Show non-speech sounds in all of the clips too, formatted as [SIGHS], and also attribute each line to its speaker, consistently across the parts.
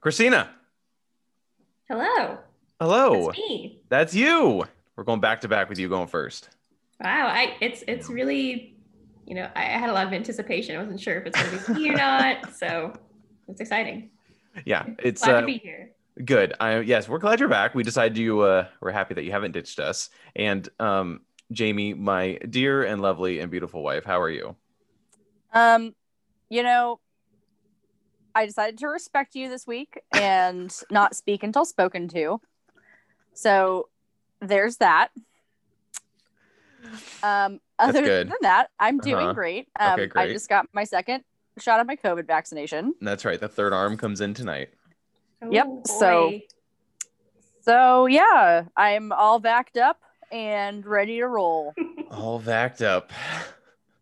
Speaker 1: Christina.
Speaker 2: Hello.
Speaker 1: Hello.
Speaker 2: It's me.
Speaker 1: That's you. We're going back to back with you going first.
Speaker 2: Wow. I it's it's really, you know, I I had a lot of anticipation. I wasn't sure if it's gonna be
Speaker 1: [LAUGHS]
Speaker 2: me or not. So it's exciting.
Speaker 1: Yeah, it's
Speaker 2: Glad
Speaker 1: uh,
Speaker 2: to be here.
Speaker 1: good. I yes, we're glad you're back. We decided you uh we're happy that you haven't ditched us. And um Jamie, my dear and lovely and beautiful wife, how are you?
Speaker 3: Um, you know, I decided to respect you this week and not speak until spoken to. So there's that.
Speaker 1: That's
Speaker 3: Um, other
Speaker 1: good.
Speaker 3: than that, I'm doing
Speaker 1: Uh-huh.
Speaker 3: great. Um,
Speaker 1: Okay,
Speaker 3: I
Speaker 1: great.
Speaker 3: just got my second shot of my COVID vaccination.
Speaker 1: That's right. The third arm comes in tonight.
Speaker 3: Yep,
Speaker 2: Oh,
Speaker 3: so-
Speaker 2: boy.
Speaker 3: So yeah, I'm all backed up and ready to roll.
Speaker 1: All backed up.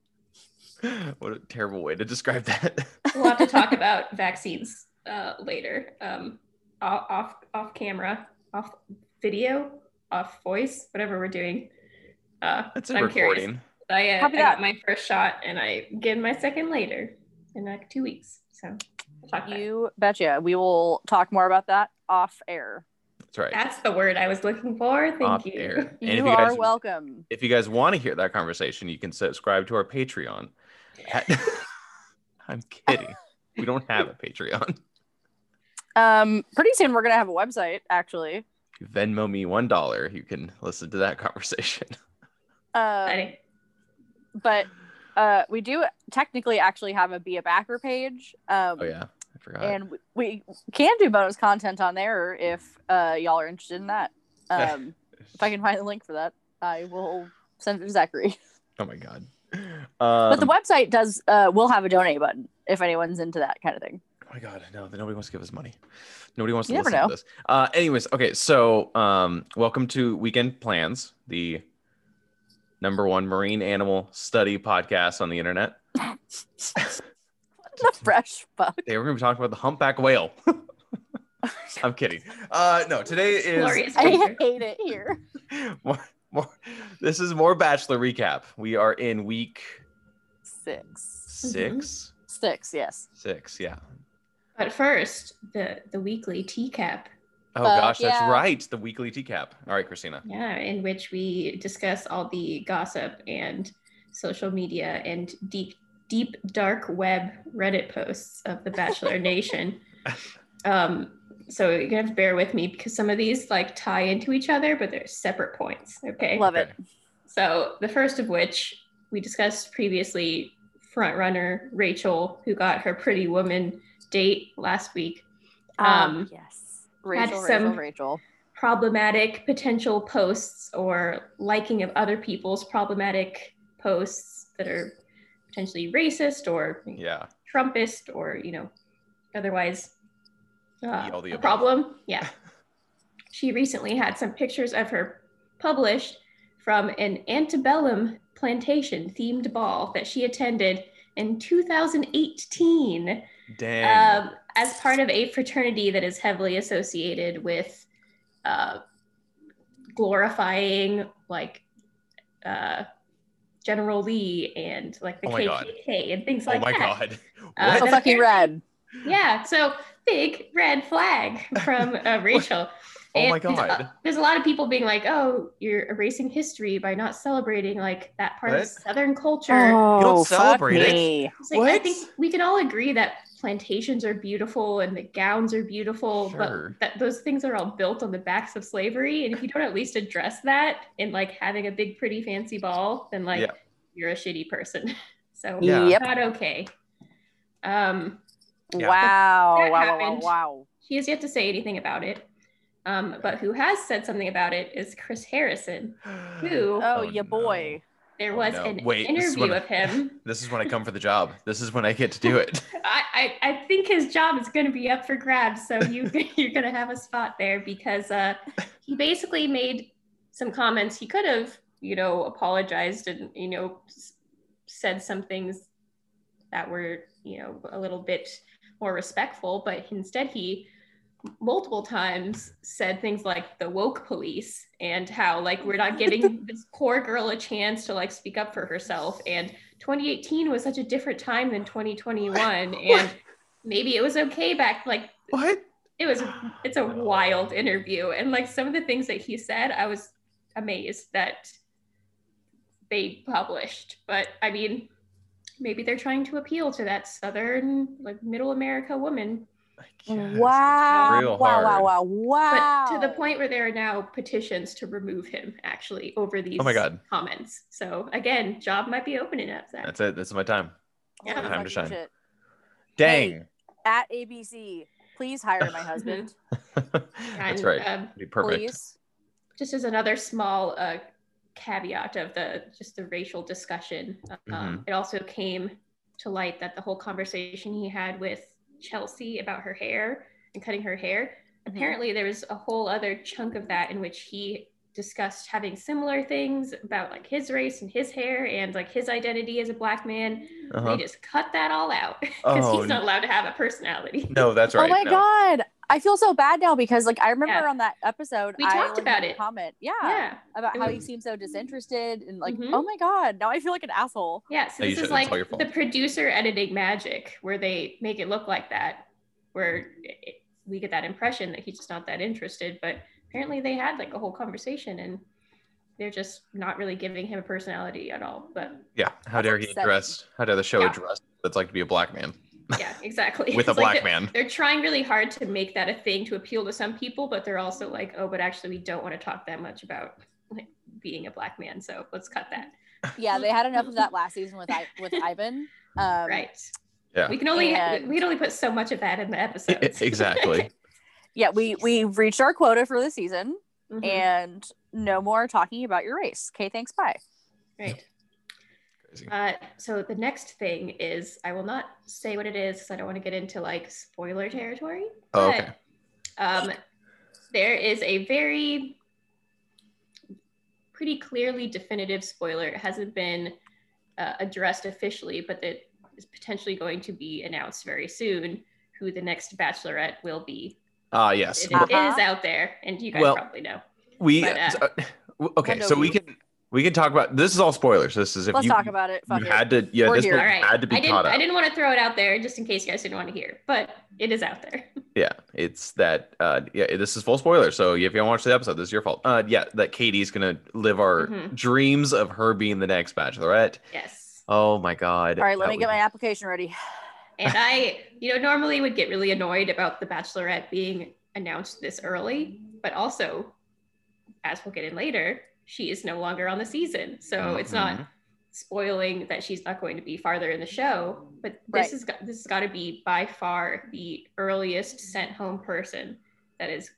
Speaker 1: [LAUGHS] what a terrible way to describe that.
Speaker 2: [LAUGHS]
Speaker 1: [LAUGHS]
Speaker 2: we'll have to
Speaker 3: [LAUGHS]
Speaker 2: talk about vaccines uh, later. Um, off, off off camera, off video, off voice, whatever we're doing. Uh,
Speaker 1: That's a
Speaker 2: I'm curious.
Speaker 1: recording.
Speaker 2: I, uh, I
Speaker 3: Copy
Speaker 2: got
Speaker 3: that.
Speaker 2: my first shot and I get my second later in like two weeks. So we'll talk about it.
Speaker 3: You betcha. We will talk more about that off air.
Speaker 1: That's right.
Speaker 2: That's the word I was looking for. Thank
Speaker 1: Off
Speaker 2: you.
Speaker 1: air.
Speaker 2: [LAUGHS]
Speaker 1: And if
Speaker 3: you
Speaker 1: you
Speaker 3: are
Speaker 1: guys
Speaker 3: welcome.
Speaker 1: if you guys want to hear that conversation, you can subscribe to our Patreon. [LAUGHS] I'm kidding. We don't have a Patreon.
Speaker 3: Um, pretty soon we're gonna have a website actually.
Speaker 1: Venmo me one dollar. You can listen to that conversation. [LAUGHS]
Speaker 3: Uh,
Speaker 2: Exciting.
Speaker 3: but uh, we do technically actually have a be a backer page. Um,
Speaker 1: Oh yeah, I forgot.
Speaker 3: and we, we can do bonus content on there if uh, y'all are interested
Speaker 1: [LAUGHS]
Speaker 3: in that. Um, if I can find the link for that, I will send it to Zachary.
Speaker 1: [LAUGHS] oh my god. Um,
Speaker 3: but the website does uh, will have a donate button if anyone's into that kind of thing. [LAUGHS]
Speaker 1: oh my god, no, nobody wants to give us money. Nobody wants to
Speaker 3: You never
Speaker 1: listen to this. Uh, anyways, okay, so um, welcome to Weekend Plans, the number one marine animal study podcast on the internet. [LAUGHS]
Speaker 3: the fresh fuck.
Speaker 1: Today we're gonna be talking about the humpback whale. [LAUGHS] I'm kidding. Uh, no, today is
Speaker 2: Glorious
Speaker 3: I
Speaker 2: creature.
Speaker 3: hate it here.
Speaker 1: [LAUGHS] more, more, this is more bachelor recap. We are in week
Speaker 3: Six,
Speaker 1: 6
Speaker 3: six, yes.
Speaker 1: six, yeah.
Speaker 2: But first, the the weekly teacup,
Speaker 1: Oh
Speaker 3: Fuck
Speaker 1: gosh, that's
Speaker 3: yeah.
Speaker 1: right. The weekly decap. All right, Christina.
Speaker 2: yeah, in which we discuss all the gossip and social media and deep deep dark web Reddit posts of the
Speaker 3: [LAUGHS]
Speaker 2: Bachelor Nation. Um, so you're gonna have to bear with me because some of these like tie into each other, but they're separate points. Okay.
Speaker 3: Love it.
Speaker 1: Okay.
Speaker 2: So the first of which we discussed previously, frontrunner Rachel, who got her pretty woman date last week. Um,
Speaker 3: yes. Rachel,
Speaker 2: had some-
Speaker 3: Rachel, Rachel.
Speaker 2: Problematic potential posts or liking of other people's problematic posts that are potentially racist or
Speaker 1: Yeah.
Speaker 2: Trumpist or you know otherwise uh,
Speaker 1: all the
Speaker 2: a
Speaker 1: above. [LAUGHS]
Speaker 2: problem. Yeah, she recently had some pictures of her published from an antebellum plantation themed ball that she attended in 2018
Speaker 1: Dang.
Speaker 2: um, as part of a fraternity that is heavily associated with uh, glorifying like uh, General Lee and like the
Speaker 1: Oh my God.
Speaker 2: KKK and things
Speaker 1: oh
Speaker 2: like
Speaker 1: my
Speaker 2: that.
Speaker 1: god.
Speaker 2: Uh,
Speaker 1: [LAUGHS] what?
Speaker 3: So fucking red.
Speaker 2: Yeah, so big red flag from
Speaker 1: [LAUGHS]
Speaker 2: uh, Rachel.
Speaker 1: oh my
Speaker 2: And there's a-
Speaker 1: god.
Speaker 2: There's a lot of people being like, "Oh, you're erasing history by not celebrating like that part
Speaker 1: What?
Speaker 2: of Southern culture."
Speaker 3: Oh,
Speaker 1: You don't celebrate
Speaker 3: fuck
Speaker 1: it.
Speaker 3: me.
Speaker 2: It's like, I
Speaker 1: What?
Speaker 2: think we can all agree that plantations are beautiful and the gowns are beautiful,
Speaker 1: Sure.
Speaker 2: but that those things are all built on the backs of slavery. And if you don't at least address that in like having a big, pretty, fancy ball, then like
Speaker 1: Yeah.
Speaker 2: you're a shitty person. [LAUGHS] so
Speaker 1: Yeah.
Speaker 3: Yep.
Speaker 2: not okay. Um,
Speaker 1: Yeah.
Speaker 3: Wow.
Speaker 2: That
Speaker 3: Wow, wow. Wow.
Speaker 2: happened.
Speaker 3: Wow.
Speaker 2: she has yet to say anything about it. Um, but who has said something about it is Chris Harrison. [LAUGHS] Who
Speaker 1: no.
Speaker 3: Oh, ya boy.
Speaker 2: there
Speaker 1: Oh,
Speaker 2: was
Speaker 1: no.
Speaker 2: an
Speaker 1: Wait, this is
Speaker 2: interview
Speaker 1: what- [LAUGHS]
Speaker 2: of him.
Speaker 1: This is when I come for the job. This is when I get to do it.
Speaker 2: I, I, I think his job is going to be up for grabs. So you [LAUGHS] you're going to have a spot there because uh, he basically made some comments. He could have you know apologized and you know s- said some things that were you know a little bit more respectful, but instead he multiple times said things like the woke police and how like we're not giving this poor girl a chance to like speak up for herself and 2018 was such a different time than 2021 and maybe it was okay back like
Speaker 1: What?
Speaker 2: it
Speaker 1: [SIGHS]
Speaker 2: was it's a wild interview and like some of the things that he said i was amazed that they published but i mean maybe they're trying to appeal to that southern like middle america woman
Speaker 1: I guess.
Speaker 3: wow.
Speaker 1: real
Speaker 3: wow,
Speaker 1: hard.
Speaker 3: wow, wow, wow.
Speaker 2: but to the point where there are now petitions to remove him actually over these
Speaker 1: Oh my God.
Speaker 2: comments so again job might be opening up that
Speaker 1: That's it. This is my time.
Speaker 2: Yeah.
Speaker 3: Holy
Speaker 1: Time to
Speaker 3: fucking
Speaker 1: shine.
Speaker 3: shit.
Speaker 1: Dang.
Speaker 3: Hey. At ABC, please hire my husband.
Speaker 2: [LAUGHS]
Speaker 1: [LAUGHS] That's right.
Speaker 2: um,
Speaker 1: Be perfect.
Speaker 3: Please.
Speaker 2: just as another small uh, caveat of the just the racial discussion um,
Speaker 1: Mm-hmm.
Speaker 2: it also came to light that the whole conversation he had with chelsea about her hair and cutting her hair
Speaker 3: Mm-hmm.
Speaker 2: apparently there was a whole other chunk of that in which he discussed having similar things about like his race and his hair and like his identity as a black man
Speaker 1: Uh-huh.
Speaker 2: they just cut that all out [LAUGHS] because
Speaker 1: Oh,
Speaker 2: he's not allowed to have a personality
Speaker 1: No, that's right.
Speaker 3: Oh my
Speaker 1: no.
Speaker 3: god. I feel so bad now because like I remember
Speaker 2: Yeah.
Speaker 3: on that episode
Speaker 2: We
Speaker 3: I
Speaker 2: talked
Speaker 3: like,
Speaker 2: about
Speaker 3: made a
Speaker 2: it.
Speaker 3: comment. Yeah.
Speaker 2: yeah
Speaker 3: About
Speaker 2: It
Speaker 3: how
Speaker 2: was-
Speaker 3: you seem so disinterested and like,
Speaker 2: Mhm.
Speaker 3: oh my god, now I feel like an asshole.
Speaker 2: Yeah, so
Speaker 1: No, you
Speaker 2: this is
Speaker 1: shouldn't. It's
Speaker 2: like
Speaker 1: all your fault.
Speaker 2: the producer editing magic, where they make it look like that, where it, it- we get that impression that he's just not that interested. But apparently, they had like a whole conversation, and they're just not really giving him a personality at all. But
Speaker 1: [LAUGHS] Yeah. How dare he
Speaker 3: upsetting.
Speaker 1: address? How dare the show
Speaker 2: Yeah.
Speaker 1: address what it's like to be a black man
Speaker 3: [LAUGHS]
Speaker 2: yeah, exactly.
Speaker 1: with a
Speaker 2: [LAUGHS] It's like
Speaker 1: black
Speaker 2: they're-
Speaker 1: man?
Speaker 2: They're trying really hard to make that a thing to appeal to some people, but they're also like, oh, but actually, we don't want to talk that much about like being a black man, so let's cut that.
Speaker 3: Yeah, they had enough of that last season with I- with Ivan. Um,
Speaker 2: right.
Speaker 1: Yeah.
Speaker 2: We can only
Speaker 3: And-
Speaker 2: we can only put so much of that in
Speaker 1: [LAUGHS]
Speaker 2: the episodes.
Speaker 1: exactly.
Speaker 3: Yeah, we we reached our quota for the season,
Speaker 2: Mhm.
Speaker 3: and no more talking about your race. Okay, thanks. Bye.
Speaker 2: Right.
Speaker 3: [LAUGHS]
Speaker 1: Crazy. Oh,
Speaker 2: Uh, so the next thing is I will not say what it is because I don't want to get into like spoiler territory.
Speaker 1: Oh, okay.
Speaker 2: But, um, there is a very pretty clearly definitive spoiler. It hasn't been uh, addressed officially, but that is potentially going to be announced very soon. Who the next Bachelorette will be?
Speaker 1: Ah, yes.
Speaker 2: It- it is
Speaker 3: Uh-huh.
Speaker 2: out there, and you guys
Speaker 1: Well,
Speaker 2: probably know.
Speaker 1: We
Speaker 2: But, uh,
Speaker 1: so- w- okay,
Speaker 3: Window
Speaker 1: so we
Speaker 3: view.
Speaker 1: can we can talk about this is all spoilers. This is if
Speaker 3: Let's
Speaker 1: you,
Speaker 3: talk about it. Fuck
Speaker 1: you
Speaker 3: it.
Speaker 1: had to yeah
Speaker 3: We're
Speaker 1: this
Speaker 3: here.
Speaker 1: one
Speaker 2: All right.
Speaker 1: had to be
Speaker 2: I didn't.
Speaker 1: caught up.
Speaker 2: I didn't want to throw it out there just in case you guys didn't want to hear, but it is out there.
Speaker 1: Yeah, it's that uh yeah this is full spoiler. So if you haven't watched the episode, this is your fault. Uh yeah, that Katie's gonna live our
Speaker 3: Mm-hmm.
Speaker 2: Mhm.
Speaker 1: dreams of her being the next Bachelorette.
Speaker 2: Yes.
Speaker 1: Oh my god.
Speaker 3: All right, let
Speaker 1: That
Speaker 3: me get
Speaker 1: would-
Speaker 3: my application ready.
Speaker 2: And I, you know, normally would get really annoyed about The Bachelorette being announced this early, but also, as we'll get in later, she is no longer on the season. So it's not
Speaker 1: Mhm.
Speaker 2: spoiling that she's not going to be farther in the show, but
Speaker 3: Right.
Speaker 2: this, is, go- this has got to be by far the earliest sent home person that is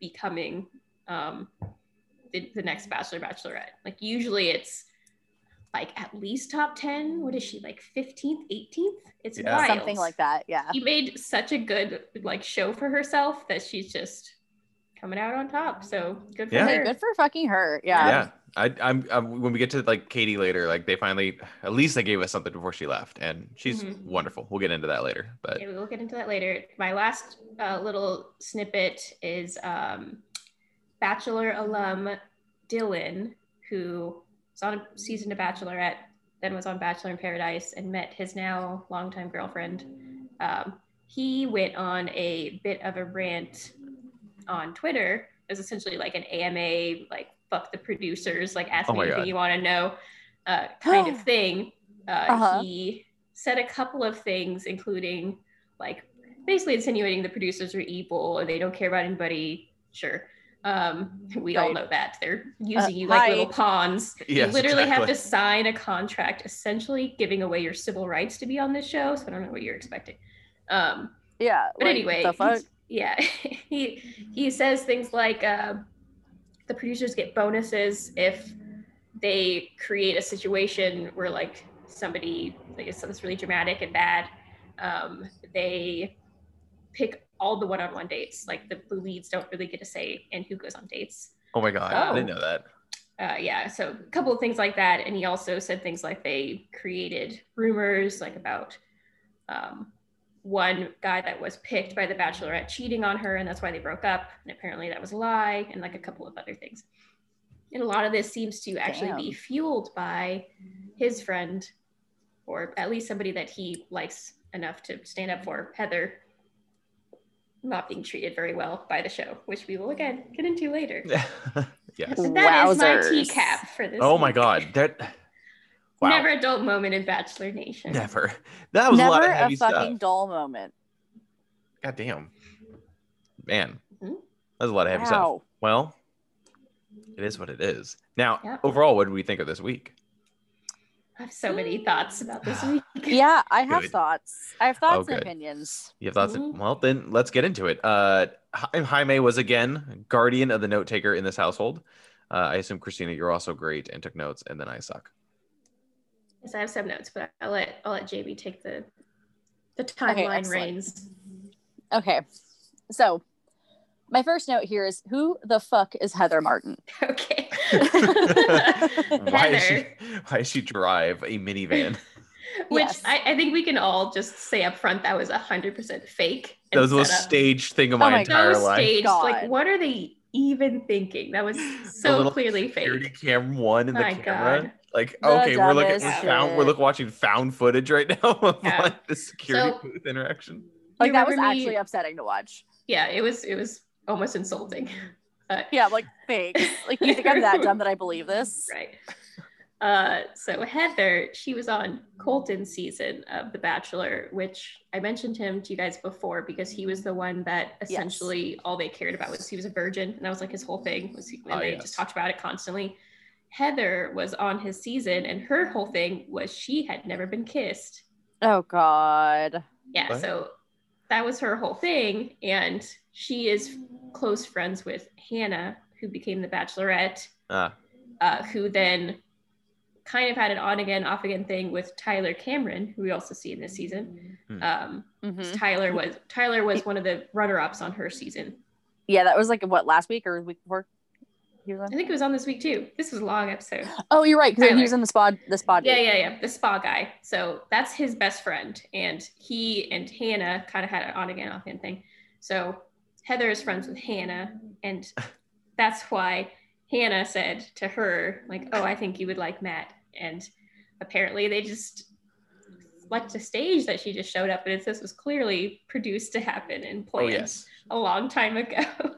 Speaker 2: becoming um, the, the next Bachelor Bachelorette. Like, usually it's like at least top 10. What is she, like 15th, 18th? It's
Speaker 1: Yeah.
Speaker 2: wild.
Speaker 3: Something like that. Yeah.
Speaker 2: She made such a good like show for herself that she's just coming out on top. So good for
Speaker 1: Yeah.
Speaker 3: Hey,
Speaker 2: her.
Speaker 3: good for fucking her. Yeah.
Speaker 1: yeah. I, I'm, I'm when we get to like Katie later, like they finally at least they gave us something before she left, and she's
Speaker 2: Mhm.
Speaker 1: wonderful. We'll get into that later, but [LAUGHS]
Speaker 2: Yeah, we'll get into that later. My last uh, little snippet is um, Bachelor alum Dylan, who was on a season of Bachelorette, then was on Bachelor in Paradise, and met his now longtime girlfriend. Um, he went on a bit of a rant on Twitter. It was essentially like an AMA, like fuck the producers, like ask
Speaker 1: Oh
Speaker 2: me
Speaker 1: my
Speaker 2: anything
Speaker 1: God.
Speaker 2: you want to know, uh, kind of thing. Uh,
Speaker 3: Uh-huh.
Speaker 2: He said a couple of things, including like basically insinuating the producers are evil or they don't care about anybody. Sure. Um, we all
Speaker 3: Right.
Speaker 2: know that they're using
Speaker 3: Uh,
Speaker 2: you like
Speaker 3: hi.
Speaker 2: little pawns.
Speaker 1: Yes,
Speaker 2: you literally have
Speaker 1: exactly.
Speaker 2: to sign a contract, essentially giving away your civil rights to be on this show. So I don't know what you're expecting. Um,
Speaker 3: Yeah.
Speaker 2: but
Speaker 3: like,
Speaker 2: anyway,
Speaker 3: the fuck?
Speaker 2: he's- [LAUGHS] yeah, he he says things like uh, the producers get bonuses if they create a situation where like somebody like it's something's really dramatic and bad. Um, they pick all the one-on-one dates. Like the, the leads don't really get to say and who goes on dates
Speaker 1: oh my god, I didn't
Speaker 2: Oh.
Speaker 1: know that.
Speaker 2: uh, yeah, so a couple of things like that. And he also said things like they created rumors, like about um, one guy that was picked by the bachelorette cheating on her, and that's why they broke up. And apparently that was a lie, and like a couple of other things. And a lot of this seems to actually be
Speaker 3: Damn.
Speaker 2: fueled by his friend, or at least somebody that he likes enough to stand up for, Heather, not being treated very well by the show, which we will again get into later. Oh.
Speaker 1: [LAUGHS] yes.
Speaker 2: So that is my
Speaker 3: Wowzers.
Speaker 2: tea cap for this.
Speaker 1: Oh my
Speaker 2: week. [LAUGHS]
Speaker 1: god. That Wow.
Speaker 2: Never adult moment in Bachelor Nation.
Speaker 1: Never. That was a lot of
Speaker 3: Never a,
Speaker 1: heavy stuff.
Speaker 3: fucking dull moment.
Speaker 1: God damn. Man.
Speaker 2: Mhm.
Speaker 1: That was a lot of heavy stuff.
Speaker 3: Wow.
Speaker 1: Well, it is what it is. Now,
Speaker 2: Yeah.
Speaker 1: overall, what did we think of this week?
Speaker 2: I have so many thoughts about
Speaker 1: [SIGHS]
Speaker 2: this week.
Speaker 3: Mm. [LAUGHS] Yeah, I have
Speaker 1: Good.
Speaker 3: thoughts. I have thoughts and
Speaker 1: good.
Speaker 3: opinions.
Speaker 1: You have thoughts?
Speaker 2: Mhm.
Speaker 1: Well, then let's get into it. Uh, Hi- Jaime was again guardian of the note taker in this household. Uh, I assume Christina, you're also great and took notes, and then I
Speaker 2: [LAUGHS]
Speaker 1: suck.
Speaker 2: Yes, [LAUGHS] I have some notes, but I'll let I'll let JB take the the timeline
Speaker 3: excellent.
Speaker 2: reins. [LAUGHS]
Speaker 3: Okay. So, my first note here is who the fuck is Heather Martin?
Speaker 2: Okay.
Speaker 1: [LAUGHS] Why is she?
Speaker 2: Heather,
Speaker 1: [LAUGHS] Why is she drive a
Speaker 2: [LAUGHS]
Speaker 1: minivan?
Speaker 2: which
Speaker 3: Yes.
Speaker 2: I, I think we can all just say up front that was hundred percent fake.
Speaker 1: That was a little
Speaker 2: set up.
Speaker 1: stage thing of
Speaker 3: Oh
Speaker 1: my,
Speaker 3: my
Speaker 1: entire
Speaker 2: so
Speaker 1: life.
Speaker 2: staged.
Speaker 3: God.
Speaker 2: Like, what are they even
Speaker 1: [LAUGHS]
Speaker 2: thinking? That was so
Speaker 1: little
Speaker 2: clearly
Speaker 1: Security
Speaker 2: fake.
Speaker 1: cam one in the
Speaker 2: My
Speaker 1: camera.
Speaker 2: God.
Speaker 1: Like
Speaker 3: The
Speaker 1: okay, we're looking we're,
Speaker 2: dumbest
Speaker 1: found, we're
Speaker 3: shit.
Speaker 1: look watching found footage right now [LAUGHS] of
Speaker 2: Yeah.
Speaker 1: like the security
Speaker 2: So-
Speaker 1: booth interaction.
Speaker 3: Like
Speaker 2: You
Speaker 3: that was
Speaker 2: remember me-
Speaker 3: actually upsetting to watch.
Speaker 2: Yeah, it was it was almost insulting. [LAUGHS] Uh,
Speaker 3: Yeah, like thanks. Like you think I'm that dumb that I believe this?
Speaker 2: Right. Uh, so Heather, she was on Colton's season of The Bachelor, which I mentioned him to you guys before because he was the one that essentially all they cared about was he was a virgin, and that was like his whole thing. Was he, and
Speaker 1: Ah,
Speaker 2: they
Speaker 1: yes.
Speaker 2: just talked about it constantly. Heather was on his season, and her whole thing was she had never been kissed.
Speaker 3: Oh God.
Speaker 2: Yeah,
Speaker 1: What?
Speaker 2: so that was her whole thing, and she is close friends with Hannah, who became the Bachelorette
Speaker 1: Uh,
Speaker 2: uh, who then kind of had an on again, off again thing with Tyler Cameron, who we also see in this season.
Speaker 1: Hmm.
Speaker 2: Um,
Speaker 3: Mhm.
Speaker 2: Tyler was Tyler was one of the runner ups on her season.
Speaker 3: Yeah, that was like what last week or the week before. He was
Speaker 2: I
Speaker 3: on.
Speaker 2: think it was on this week too. This was a long episode.
Speaker 3: Oh, you're right. Because he
Speaker 2: Tyler.
Speaker 3: was in the spot. The spot.
Speaker 2: Yeah, yeah, yeah. The spa guy. So that's his best friend, and he and Hannah kind of had an on again, off again thing. So Heather is friends with Hannah,
Speaker 1: [LAUGHS]
Speaker 2: and that's why Hannah said to her, like, "Oh, I think you would like Matt." And apparently, they just like a stage that she just showed up, and it's, this was clearly produced to happen and
Speaker 1: oh
Speaker 2: planned
Speaker 1: yes.
Speaker 2: a long time ago.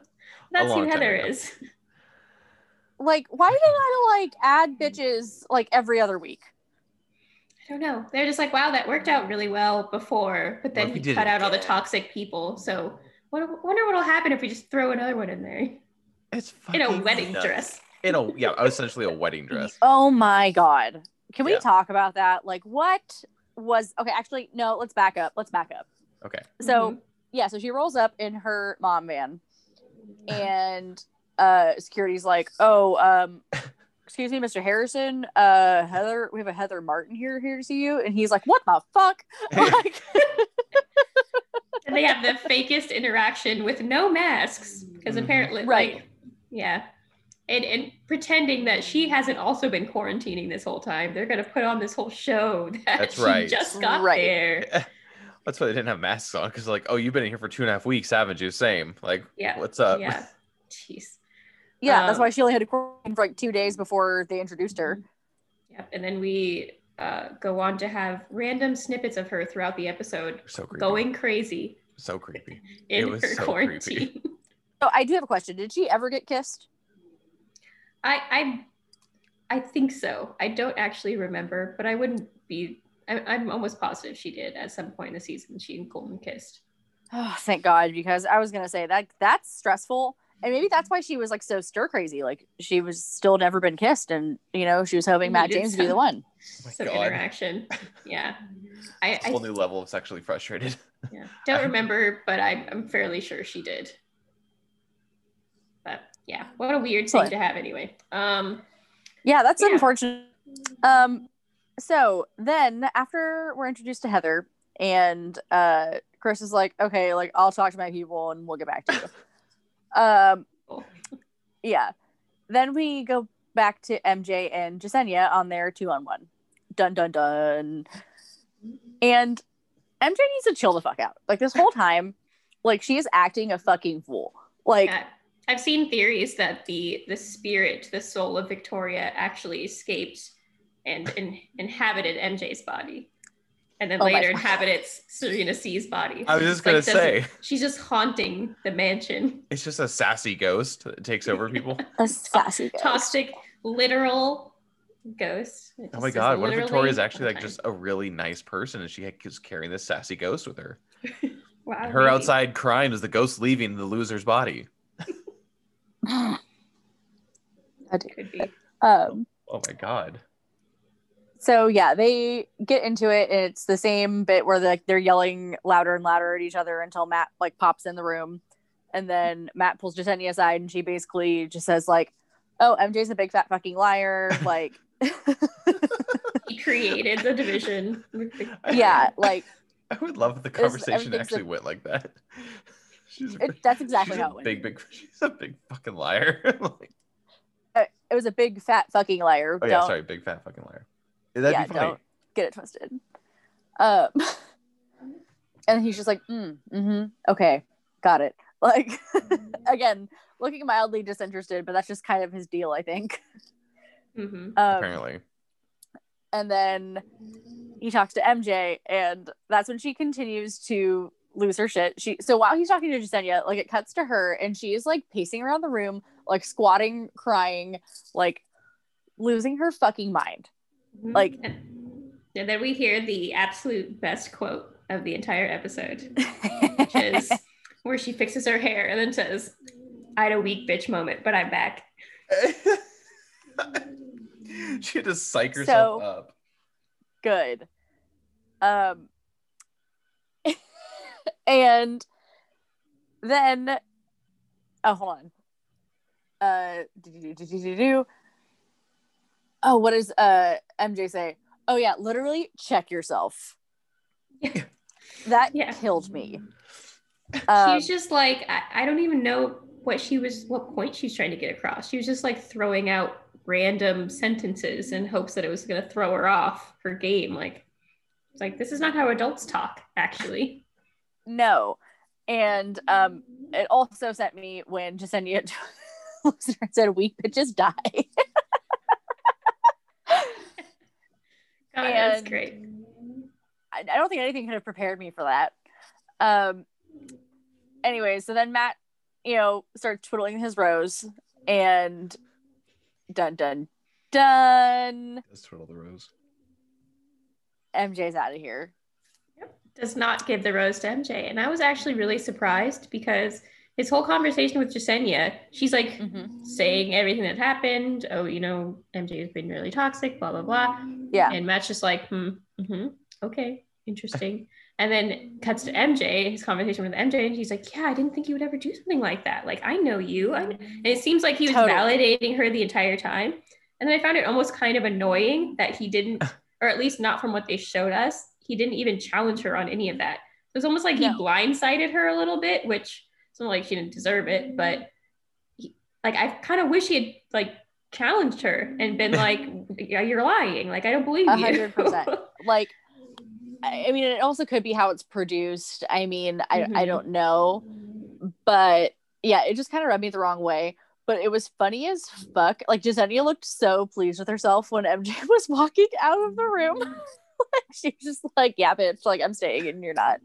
Speaker 2: [LAUGHS] that's who
Speaker 1: long time
Speaker 2: Heather
Speaker 1: ago.
Speaker 2: is.
Speaker 3: Like, why do I like add bitches like every other week?
Speaker 2: I don't know. They're just like, wow, that worked out really well before, but then
Speaker 1: What if we
Speaker 2: he
Speaker 1: did
Speaker 2: cut
Speaker 1: it
Speaker 2: out all the
Speaker 1: again?
Speaker 2: toxic people. So wonder, wonder what'll happen if we just throw another one in there
Speaker 1: It's
Speaker 2: in a
Speaker 1: fucking
Speaker 2: wedding
Speaker 1: nuts.
Speaker 2: dress.
Speaker 1: In a yeah, essentially a
Speaker 2: [LAUGHS]
Speaker 1: wedding dress.
Speaker 3: Oh my God. Can we
Speaker 1: Yeah.
Speaker 3: talk about that? Like, what was okay? Actually, no. Let's back up. Let's back up.
Speaker 1: Okay.
Speaker 3: So
Speaker 2: Mhm.
Speaker 3: yeah, so she rolls up in her mom van, and uh, security's like, "Oh, um, excuse me, Mr. Harrison, uh, Heather, we have a Heather Martin here here to see you," and he's like, "What the fuck?" [LAUGHS] Like,
Speaker 2: [LAUGHS] and they have the fakest interaction with no masks because
Speaker 1: Mhm.
Speaker 2: apparently,
Speaker 3: Right.
Speaker 2: like, yeah, and and pretending that she hasn't also been quarantining this whole time. They're gonna put on this whole show [LAUGHS] that
Speaker 1: That's
Speaker 2: she
Speaker 1: right.
Speaker 2: just got
Speaker 3: Right.
Speaker 2: there.
Speaker 1: That's why they didn't have masks on, because like, oh, you've been in here for two and a half weeks, haven't you? Same. Like,
Speaker 2: Yeah.
Speaker 1: what's up?
Speaker 2: Yeah. Jeez.
Speaker 3: yeah, that's
Speaker 2: Um,
Speaker 3: why she only had to quarantine for like two days before they introduced her.
Speaker 2: Yep. And then we uh, go on to have random snippets of her throughout the episode
Speaker 1: [LAUGHS] So creepy.
Speaker 2: going crazy
Speaker 1: So
Speaker 2: [LAUGHS]
Speaker 1: creepy. It
Speaker 2: in
Speaker 1: was
Speaker 2: her
Speaker 1: so
Speaker 2: quarantine. [LAUGHS]
Speaker 3: Oh, I do have a question. Did she ever get kissed?
Speaker 2: I, I I think so. I don't actually remember, but I wouldn't be. I, I'm almost positive she did at some point in the season. She and Colton kissed.
Speaker 3: Oh, thank God, because I was gonna say that that's stressful. And maybe that's why she was like so stir crazy. Like she was still never been kissed, and you know she was hoping Matt
Speaker 2: Needed
Speaker 3: James would be [LAUGHS] the
Speaker 2: some-
Speaker 3: one.
Speaker 1: Oh my
Speaker 2: some
Speaker 1: God. [LAUGHS]
Speaker 2: interaction. Yeah, I,
Speaker 1: Whole
Speaker 2: I
Speaker 1: new level of sexually
Speaker 2: [LAUGHS]
Speaker 1: frustrated.
Speaker 2: yeah.
Speaker 1: [LAUGHS]
Speaker 2: don't remember, but I'm, I'm fairly sure she did. But yeah, what a weird thing
Speaker 3: Excellent.
Speaker 2: to have anyway. Um,
Speaker 3: Yeah, that's
Speaker 2: Yeah.
Speaker 3: unfortunate. Um, so then after we're introduced to Heather and uh, Chris is like, okay, like I'll talk to my people and we'll get back to
Speaker 2: [LAUGHS]
Speaker 3: you. um,
Speaker 2: Cool.
Speaker 3: yeah. Then we go back to MJ and Jasenia on their two on one. Dun dun dun. And MJ needs to chill the fuck out. Like this whole time, like she is acting a fucking fool. Like
Speaker 2: Yeah. I've seen theories that the the spirit, the soul of
Speaker 3: [LAUGHS]
Speaker 2: Victoria, actually escaped and, and inhabited MJ's body. and then
Speaker 3: Oh,
Speaker 2: later
Speaker 3: my-
Speaker 2: inhabits Serena C's body.
Speaker 1: I was just
Speaker 2: Like,
Speaker 1: gonna
Speaker 2: doesn't-
Speaker 1: say,
Speaker 2: she's just haunting the mansion.
Speaker 1: it's just a sassy ghost that takes over
Speaker 2: [LAUGHS]
Speaker 1: people. Oh
Speaker 3: A sassy ghost.
Speaker 2: Toxic, literal ghost. It
Speaker 1: Oh
Speaker 2: just
Speaker 1: my
Speaker 2: is
Speaker 1: god, what if
Speaker 2: literally
Speaker 1: Victoria's actually like
Speaker 2: haunting. [LAUGHS]
Speaker 1: just a really nice person and she is carrying this sassy ghost with her?
Speaker 2: wow,
Speaker 1: And her
Speaker 2: maybe.
Speaker 1: outside crying is the ghost leaving the loser's body.
Speaker 3: I do.
Speaker 2: could be.
Speaker 3: Um,
Speaker 1: Oh my god.
Speaker 3: so yeah, they get into it, and it's the same bit where like they're yelling louder and louder at each other until Matt like pops in the room, and then Matt pulls Jasenia aside, and she basically just says like, "Oh, MJ's a big fat
Speaker 1: [LAUGHS]
Speaker 3: fucking liar." Like,
Speaker 2: He created the division.
Speaker 1: [LAUGHS]
Speaker 3: yeah, like
Speaker 1: I would love if the
Speaker 3: It's-
Speaker 1: conversation
Speaker 3: everything's
Speaker 1: actually
Speaker 3: a-
Speaker 1: went like that. [LAUGHS] She's
Speaker 3: it, that's exactly
Speaker 1: she's a
Speaker 3: how it went.
Speaker 1: big, big. [LAUGHS] She's a big fucking liar. [LAUGHS] Like,
Speaker 3: Uh, it was a big fat fucking liar.
Speaker 1: oh yeah,
Speaker 3: Don't
Speaker 1: sorry, big fat fucking liar. That'd
Speaker 3: Yeah,
Speaker 1: be funny.
Speaker 3: don't. get it twisted. Um, [LAUGHS] and he's just like, mm, mm-hmm, okay, got it. [LAUGHS] Like.
Speaker 1: Mm-hmm.
Speaker 3: again looking mildly disinterested but that's just kind of his deal i think
Speaker 2: hmm
Speaker 3: um,
Speaker 1: Apparently,
Speaker 3: and then he talks to mj and that's when she continues to lose her shit she so while he's talking to Jasenia, like it cuts to her and she is like pacing around the room like squatting crying like losing her fucking mind Like-
Speaker 2: and, and then we hear the absolute best quote of the entire episode, which is where she fixes her hair and then says, "I had a weak bitch moment, but I'm back."
Speaker 1: [LAUGHS] she had to psych herself
Speaker 3: So-
Speaker 1: up.
Speaker 3: good um [LAUGHS] and then oh hold on uh do-do-do-do-do-do-do. oh what does uh mj say oh yeah literally check yourself that
Speaker 2: Yeah.
Speaker 3: killed me um,
Speaker 2: she's just like, I, I don't even know what she was, what point she's trying to get across. She was just like throwing out random sentences in hopes that it was going to throw her off her game. Like, it's like this is not how adults talk, actually.
Speaker 3: no and um it also sent me when Jasenia [LAUGHS] said weak bitches die
Speaker 2: God, that's
Speaker 3: And-
Speaker 2: great.
Speaker 3: I, I don't think anything could have prepared me for that. Um. Anyway, so then Matt, you know, starts twiddling his rose, and dun dun dun,
Speaker 1: Let's twiddle the rose.
Speaker 3: MJ's out of here.
Speaker 2: Does not give the rose to MJ. And I was actually really surprised because his whole conversation with Jasenia, she's like,
Speaker 3: Mhm.
Speaker 2: saying everything that happened. Oh, you know, MJ has been really toxic, blah, blah, blah.
Speaker 3: Yeah.
Speaker 2: And Matt's just like, hmm, hmm okay, interesting. and then cuts to MJ, his conversation with MJ, and he's like, yeah, I didn't think you would ever do something like that. Like, I know you. I kn-" And it seems like he was
Speaker 3: Totally.
Speaker 2: validating her the entire time. And then I found it almost kind of annoying that he didn't,
Speaker 3: [LAUGHS]
Speaker 2: or at least not from what they showed us, he didn't even challenge her on any of that. It was almost like he
Speaker 3: No.
Speaker 2: blindsided her a little bit, which it's not like she didn't deserve it, but he, like I kind of wish he had like challenged her and
Speaker 3: [LAUGHS]
Speaker 2: been like, "Yeah, you're lying. Like I don't believe
Speaker 3: A
Speaker 2: you."
Speaker 3: hundred percent. Like, I I mean, it also could be how it's produced. I mean, I I
Speaker 2: Mhm.
Speaker 3: don't know, but yeah, it just kind of rubbed me the wrong way. But it was funny as fuck. Like Jasenia looked so pleased with herself when MJ [LAUGHS] was walking out of the room. [LAUGHS] like she was just like, "Yeah, bitch! Like I'm staying and you're [LAUGHS] not."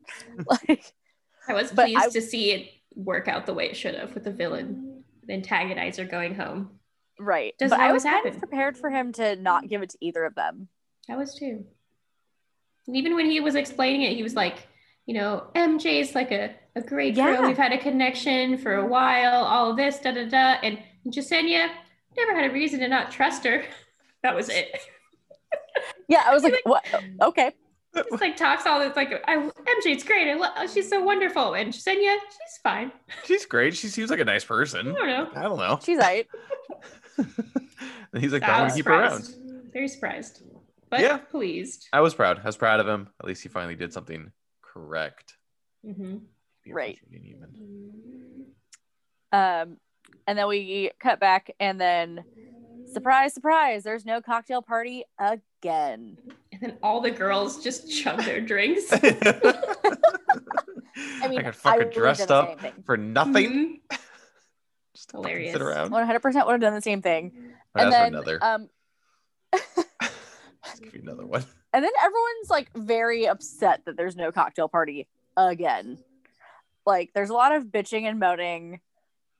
Speaker 3: Like,
Speaker 2: [LAUGHS] I was
Speaker 3: But
Speaker 2: pleased
Speaker 3: I-
Speaker 2: to see it work out the way it should have with the villain, the antagonizer going home.
Speaker 3: right?
Speaker 2: Does
Speaker 3: but
Speaker 2: it
Speaker 3: I was
Speaker 2: always
Speaker 3: kind of
Speaker 2: happen?
Speaker 3: prepared for him to not give it to either of them.
Speaker 2: I was too. And even when he was explaining it, he was like, you know, MJ is like a, a great
Speaker 3: Yeah.
Speaker 2: girl. We've had a connection for a while, all this, da da da. And Jasenia never had a reason to not trust her. [LAUGHS] That
Speaker 1: [LAUGHS]
Speaker 2: was it.
Speaker 3: Yeah, I was like, "What? Okay."
Speaker 2: It's like talks all this like I, MJ's great. I love, she's so wonderful, and Jasenia, she's fine.
Speaker 1: She's great. She seems like a nice person.
Speaker 2: I don't know.
Speaker 1: I don't know.
Speaker 3: She's right.
Speaker 1: and [LAUGHS] he's like,
Speaker 2: I
Speaker 1: I'm
Speaker 2: was
Speaker 1: gonna keep her around.
Speaker 2: surprised. Very surprised, but
Speaker 1: Yeah.
Speaker 2: pleased.
Speaker 1: I was proud. I was proud of him. At least he finally did something correct.
Speaker 2: hmm
Speaker 3: Right.
Speaker 1: Even. [LAUGHS]
Speaker 3: Um, and then we cut back, and then surprise, surprise, there's no cocktail party again.
Speaker 2: And then all the girls just chug their drinks.
Speaker 1: I
Speaker 3: mean,
Speaker 1: got
Speaker 3: I
Speaker 1: fucking
Speaker 3: would've done
Speaker 1: dressed
Speaker 3: the
Speaker 1: up
Speaker 3: same Mm-hmm. thing.
Speaker 1: for [LAUGHS] nothing.
Speaker 2: Mhm.
Speaker 1: Just to fucking
Speaker 2: Hilarious.
Speaker 1: sit around.
Speaker 3: 100% would have done the same thing.
Speaker 1: I'll
Speaker 3: and uh, um,
Speaker 1: ask for
Speaker 3: then,
Speaker 1: another.
Speaker 3: um,
Speaker 1: Let's give you another one.
Speaker 3: And then everyone's like very upset that there's no cocktail party again. Like there's a lot of bitching and moaning,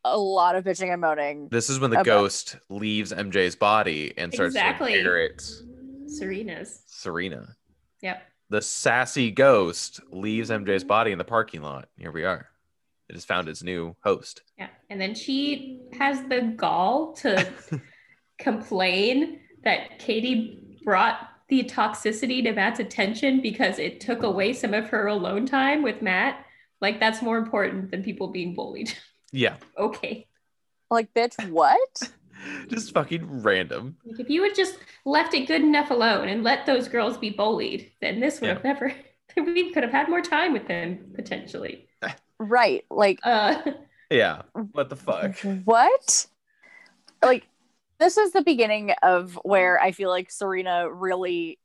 Speaker 3: a lot of bitching and moaning.
Speaker 1: This is when the
Speaker 3: Okay.
Speaker 1: ghost leaves MJ's body and starts
Speaker 2: Exactly.
Speaker 1: to inherit
Speaker 2: Mm-hmm. Serena's.
Speaker 1: Serena.
Speaker 2: Yep.
Speaker 1: The sassy ghost leaves MJ's body in the parking lot. Here we are. It has found its new host.
Speaker 2: Yeah. And then she has the gall to complain that Katie brought the toxicity to Matt's attention because it took away some of her alone time with Matt. Like, that's more important than people being bullied. [LAUGHS]
Speaker 1: Yeah,
Speaker 2: okay.
Speaker 3: Like, bitch,
Speaker 1: [LAUGHS]
Speaker 3: what?
Speaker 1: just fucking random.
Speaker 2: Like, if you had just left it good enough alone and let those girls be bullied, then this would
Speaker 1: Yeah.
Speaker 2: have never, [LAUGHS] we could have had more time with them potentially.
Speaker 3: right. Like,
Speaker 2: Uh, [LAUGHS]
Speaker 1: Yeah, what the fuck?
Speaker 3: what? Like, this is the beginning of where I feel like Serena really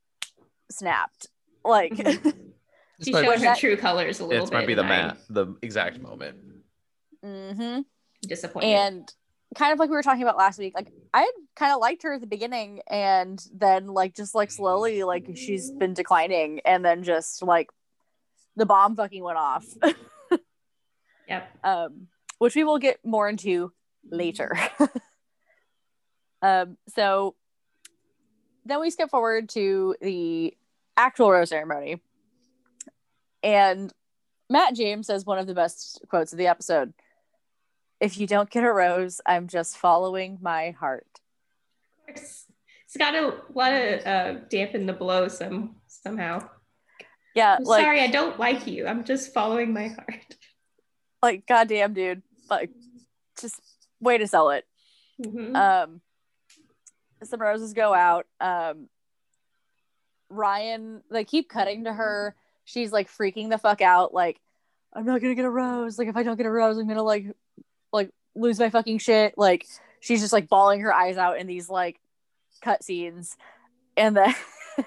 Speaker 3: snapped. Like, [LAUGHS]
Speaker 2: she
Speaker 1: might-
Speaker 2: showed her
Speaker 3: That-
Speaker 2: true colors a little
Speaker 1: This
Speaker 2: bit.
Speaker 1: might be the
Speaker 2: and I'm
Speaker 1: mat, the exact moment.
Speaker 3: mm-hmm.
Speaker 2: Disappointed.
Speaker 3: and kind of like we were talking about last week like i had kind of liked her at the beginning and then like just like slowly like she's been declining and then just like the bomb fucking went off
Speaker 2: yep.
Speaker 3: um which we will get more into later
Speaker 2: Mm-hmm.
Speaker 3: [LAUGHS] um so then we skip forward to the actual rose ceremony and matt james says one of the best quotes of the episode if you don't get a rose i'm just following my heart
Speaker 2: course. It's got to want to uh, dampen the blow some somehow.
Speaker 3: yeah
Speaker 2: I'm
Speaker 3: Uh, like
Speaker 2: sorry, I don't like you. I'm just following my heart.
Speaker 3: like goddamn dude like just way to sell it
Speaker 2: Mhm.
Speaker 3: um some roses go out um ryan they keep cutting to her she's like freaking the fuck out like i'm not gonna get a rose like if i don't get a rose i'm gonna like like lose my fucking shit like she's just like bawling her eyes out in these like cut scenes and then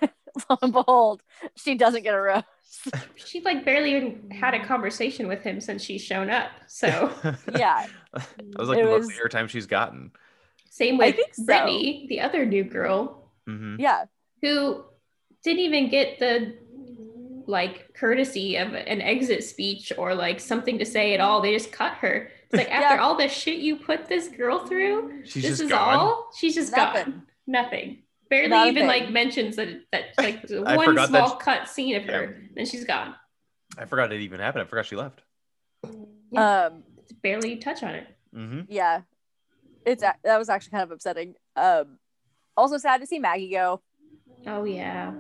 Speaker 3: [LAUGHS] lo and behold she doesn't get a rose
Speaker 2: she like barely even had a conversation with him since she's shown up.
Speaker 1: [LAUGHS]
Speaker 3: [LAUGHS]
Speaker 2: So
Speaker 3: yeah
Speaker 1: That was like
Speaker 3: It
Speaker 1: the
Speaker 3: was-
Speaker 1: most airtime she's gotten.
Speaker 2: same
Speaker 3: I
Speaker 2: with
Speaker 3: think so.
Speaker 2: Brittany, the other new girl
Speaker 1: hmm
Speaker 3: yeah
Speaker 2: who didn't even get the like courtesy of an exit speech or like something to say at all. They just cut her. It's like
Speaker 3: [LAUGHS] Yeah.
Speaker 2: after all the shit you put this girl through,
Speaker 1: She's
Speaker 2: this
Speaker 1: just
Speaker 2: is
Speaker 1: gone.
Speaker 2: all she's just
Speaker 3: Nothing.
Speaker 2: gone nothing barely
Speaker 3: Not a
Speaker 2: even
Speaker 3: thing.
Speaker 2: like mentions that
Speaker 3: [LAUGHS]
Speaker 2: that like the
Speaker 1: I
Speaker 2: one
Speaker 1: forgot that
Speaker 2: small cut scene of her then she's gone
Speaker 1: I forgot it even happened. I forgot she left.
Speaker 2: Yeah.
Speaker 3: um
Speaker 2: barely touch on it
Speaker 1: hmm
Speaker 3: yeah it's a- that was actually kind of upsetting um also sad to see maggie go
Speaker 2: oh yeah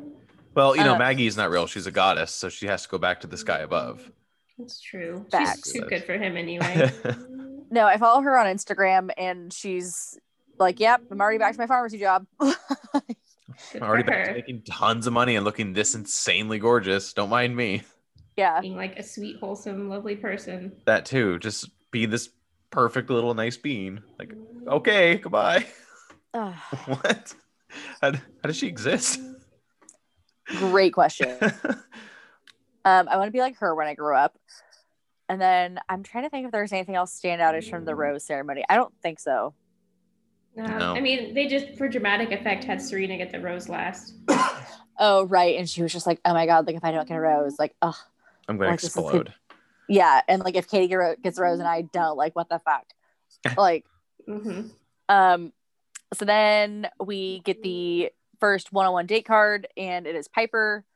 Speaker 1: Well, you know,
Speaker 3: Uh,
Speaker 1: Maggie's not real. She's a goddess, so she has to go back to the sky above.
Speaker 2: that's true
Speaker 3: Facts.
Speaker 2: she's too good for
Speaker 1: [LAUGHS]
Speaker 2: him anyway
Speaker 3: No, I follow her on Instagram and she's like, yep, I'm already back to my pharmacy job. [LAUGHS]
Speaker 2: Good
Speaker 1: Already
Speaker 2: for
Speaker 1: back to
Speaker 2: her.
Speaker 1: making tons of money and looking this insanely gorgeous. Don't mind me.
Speaker 3: yeah.
Speaker 2: being like a sweet wholesome lovely person
Speaker 1: That too. Just be this perfect little nice being. Like, okay, goodbye. [LAUGHS]
Speaker 3: Ugh,
Speaker 1: what? How, how does she exist?
Speaker 3: great question.
Speaker 1: [LAUGHS]
Speaker 3: Um, I want to be like her when I grow up. And then I'm trying to think if there's anything else standoutish from the rose ceremony. I don't think so.
Speaker 2: Um,
Speaker 1: No.
Speaker 2: i mean they just for dramatic effect had serena get the rose last
Speaker 3: Oh, right. And she was just like, oh my God, like if I don't get a rose, like, oh,
Speaker 1: I'm gonna
Speaker 3: Like, this is the-
Speaker 1: explode.
Speaker 3: yeah. And like if Katie get ro- gets a rose and I don't, like, what the fuck? like,
Speaker 2: Mhm.
Speaker 3: Um, so then we get the first one-on-one date card, and it is Piper.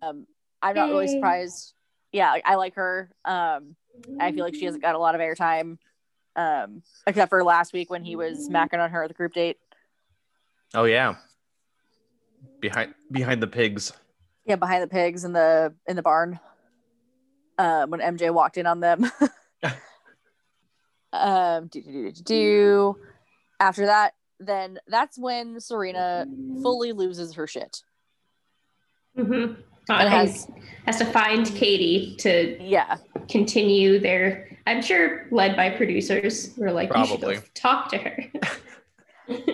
Speaker 3: Um, I'm not really
Speaker 2: Yay.
Speaker 3: surprised. Yeah, like, I like her. Um, I feel like she hasn't got a lot of airtime, um, except for last week when he was macking on her at the group date.
Speaker 1: Oh yeah. Behind behind the pigs.
Speaker 3: Yeah, behind the pigs in the in the barn. Um, when MJ walked in on them. [LAUGHS] um, do, do, do, do, do. After that, then that's when Serena fully loses her shit.
Speaker 2: Mhm.
Speaker 3: And
Speaker 2: has,
Speaker 3: has-
Speaker 2: has to find katie to
Speaker 3: Yeah,
Speaker 2: continue their i'm sure led by producers were like you
Speaker 1: Probably.
Speaker 2: should go talk to her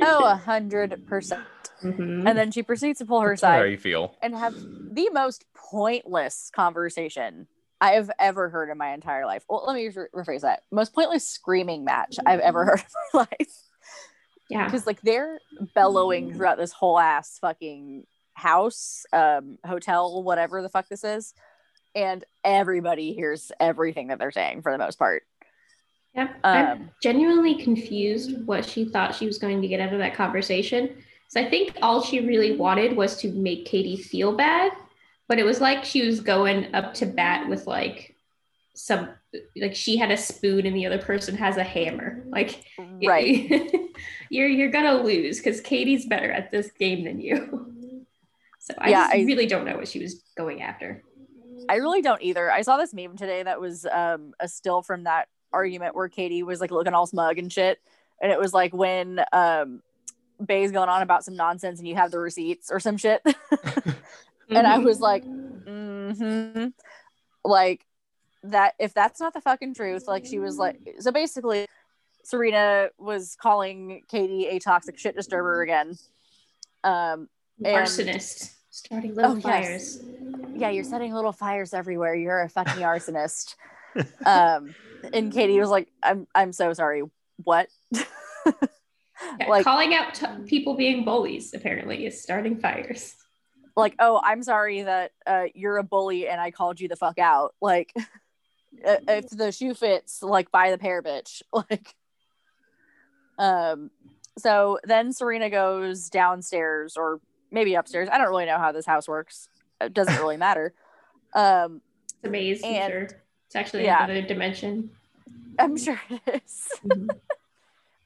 Speaker 3: oh, a hundred percent.
Speaker 2: Mhm.
Speaker 3: And then she proceeds to pull her
Speaker 1: That's not How
Speaker 3: aside
Speaker 1: you
Speaker 3: [LAUGHS]
Speaker 1: feel?
Speaker 3: and have the most pointless conversation I have ever heard in my entire life. Well, let me re- rephrase that: most pointless screaming match I've ever heard in my [LAUGHS] life.
Speaker 2: [LAUGHS] yeah
Speaker 3: Because like they're bellowing throughout this whole ass fucking house, um, hotel, whatever the fuck this is, and everybody hears everything that they're saying for the most part.
Speaker 2: Yep.
Speaker 3: Um,
Speaker 2: I'm genuinely confused what she thought she was going to get out of that conversation. So I think all she really wanted was to make Katie feel bad, but it was like she was going up to bat with like some like she had a spoon and the other person has a hammer. Like y-
Speaker 3: Right.
Speaker 2: [LAUGHS] you're you're gonna lose because Katie's better at this game than
Speaker 3: [LAUGHS]
Speaker 2: you. So I
Speaker 3: Yeah,
Speaker 2: just
Speaker 3: I-
Speaker 2: really don't know what she was going after.
Speaker 3: I really don't either. I saw this meme today that was um, a still from that argument where Katie was like looking all smug and shit, and it was like when um, Bay's going on about some nonsense and you have the receipts or some shit, [LAUGHS] and I
Speaker 2: Mhm.
Speaker 3: was like, hmm like that. If that's not the fucking truth, like she was like, so basically, Serena was calling Katie a toxic shit disturber again. Um, and-
Speaker 2: arsonist starting little
Speaker 3: Oh, yes.
Speaker 2: fires.
Speaker 3: yeah, you're setting little fires everywhere. You're a fucking arsonist. um, and Katie was like, I'm I'm so sorry. What?
Speaker 2: Yeah,
Speaker 3: like
Speaker 2: calling out t- people being bullies apparently is starting fires.
Speaker 3: like oh, I'm sorry that uh, you're a bully and I called you the fuck out. Like [LAUGHS] uh, if the shoe fits, like buy the pair, bitch. [LAUGHS] Like um so then Serena goes downstairs or maybe upstairs. I don't really know how this house works. It doesn't really matter. Um
Speaker 2: It's a maze. I'm
Speaker 3: And-
Speaker 2: sure. It's actually
Speaker 3: yeah.
Speaker 2: another dimension.
Speaker 3: I'm sure it is.
Speaker 2: Mhm.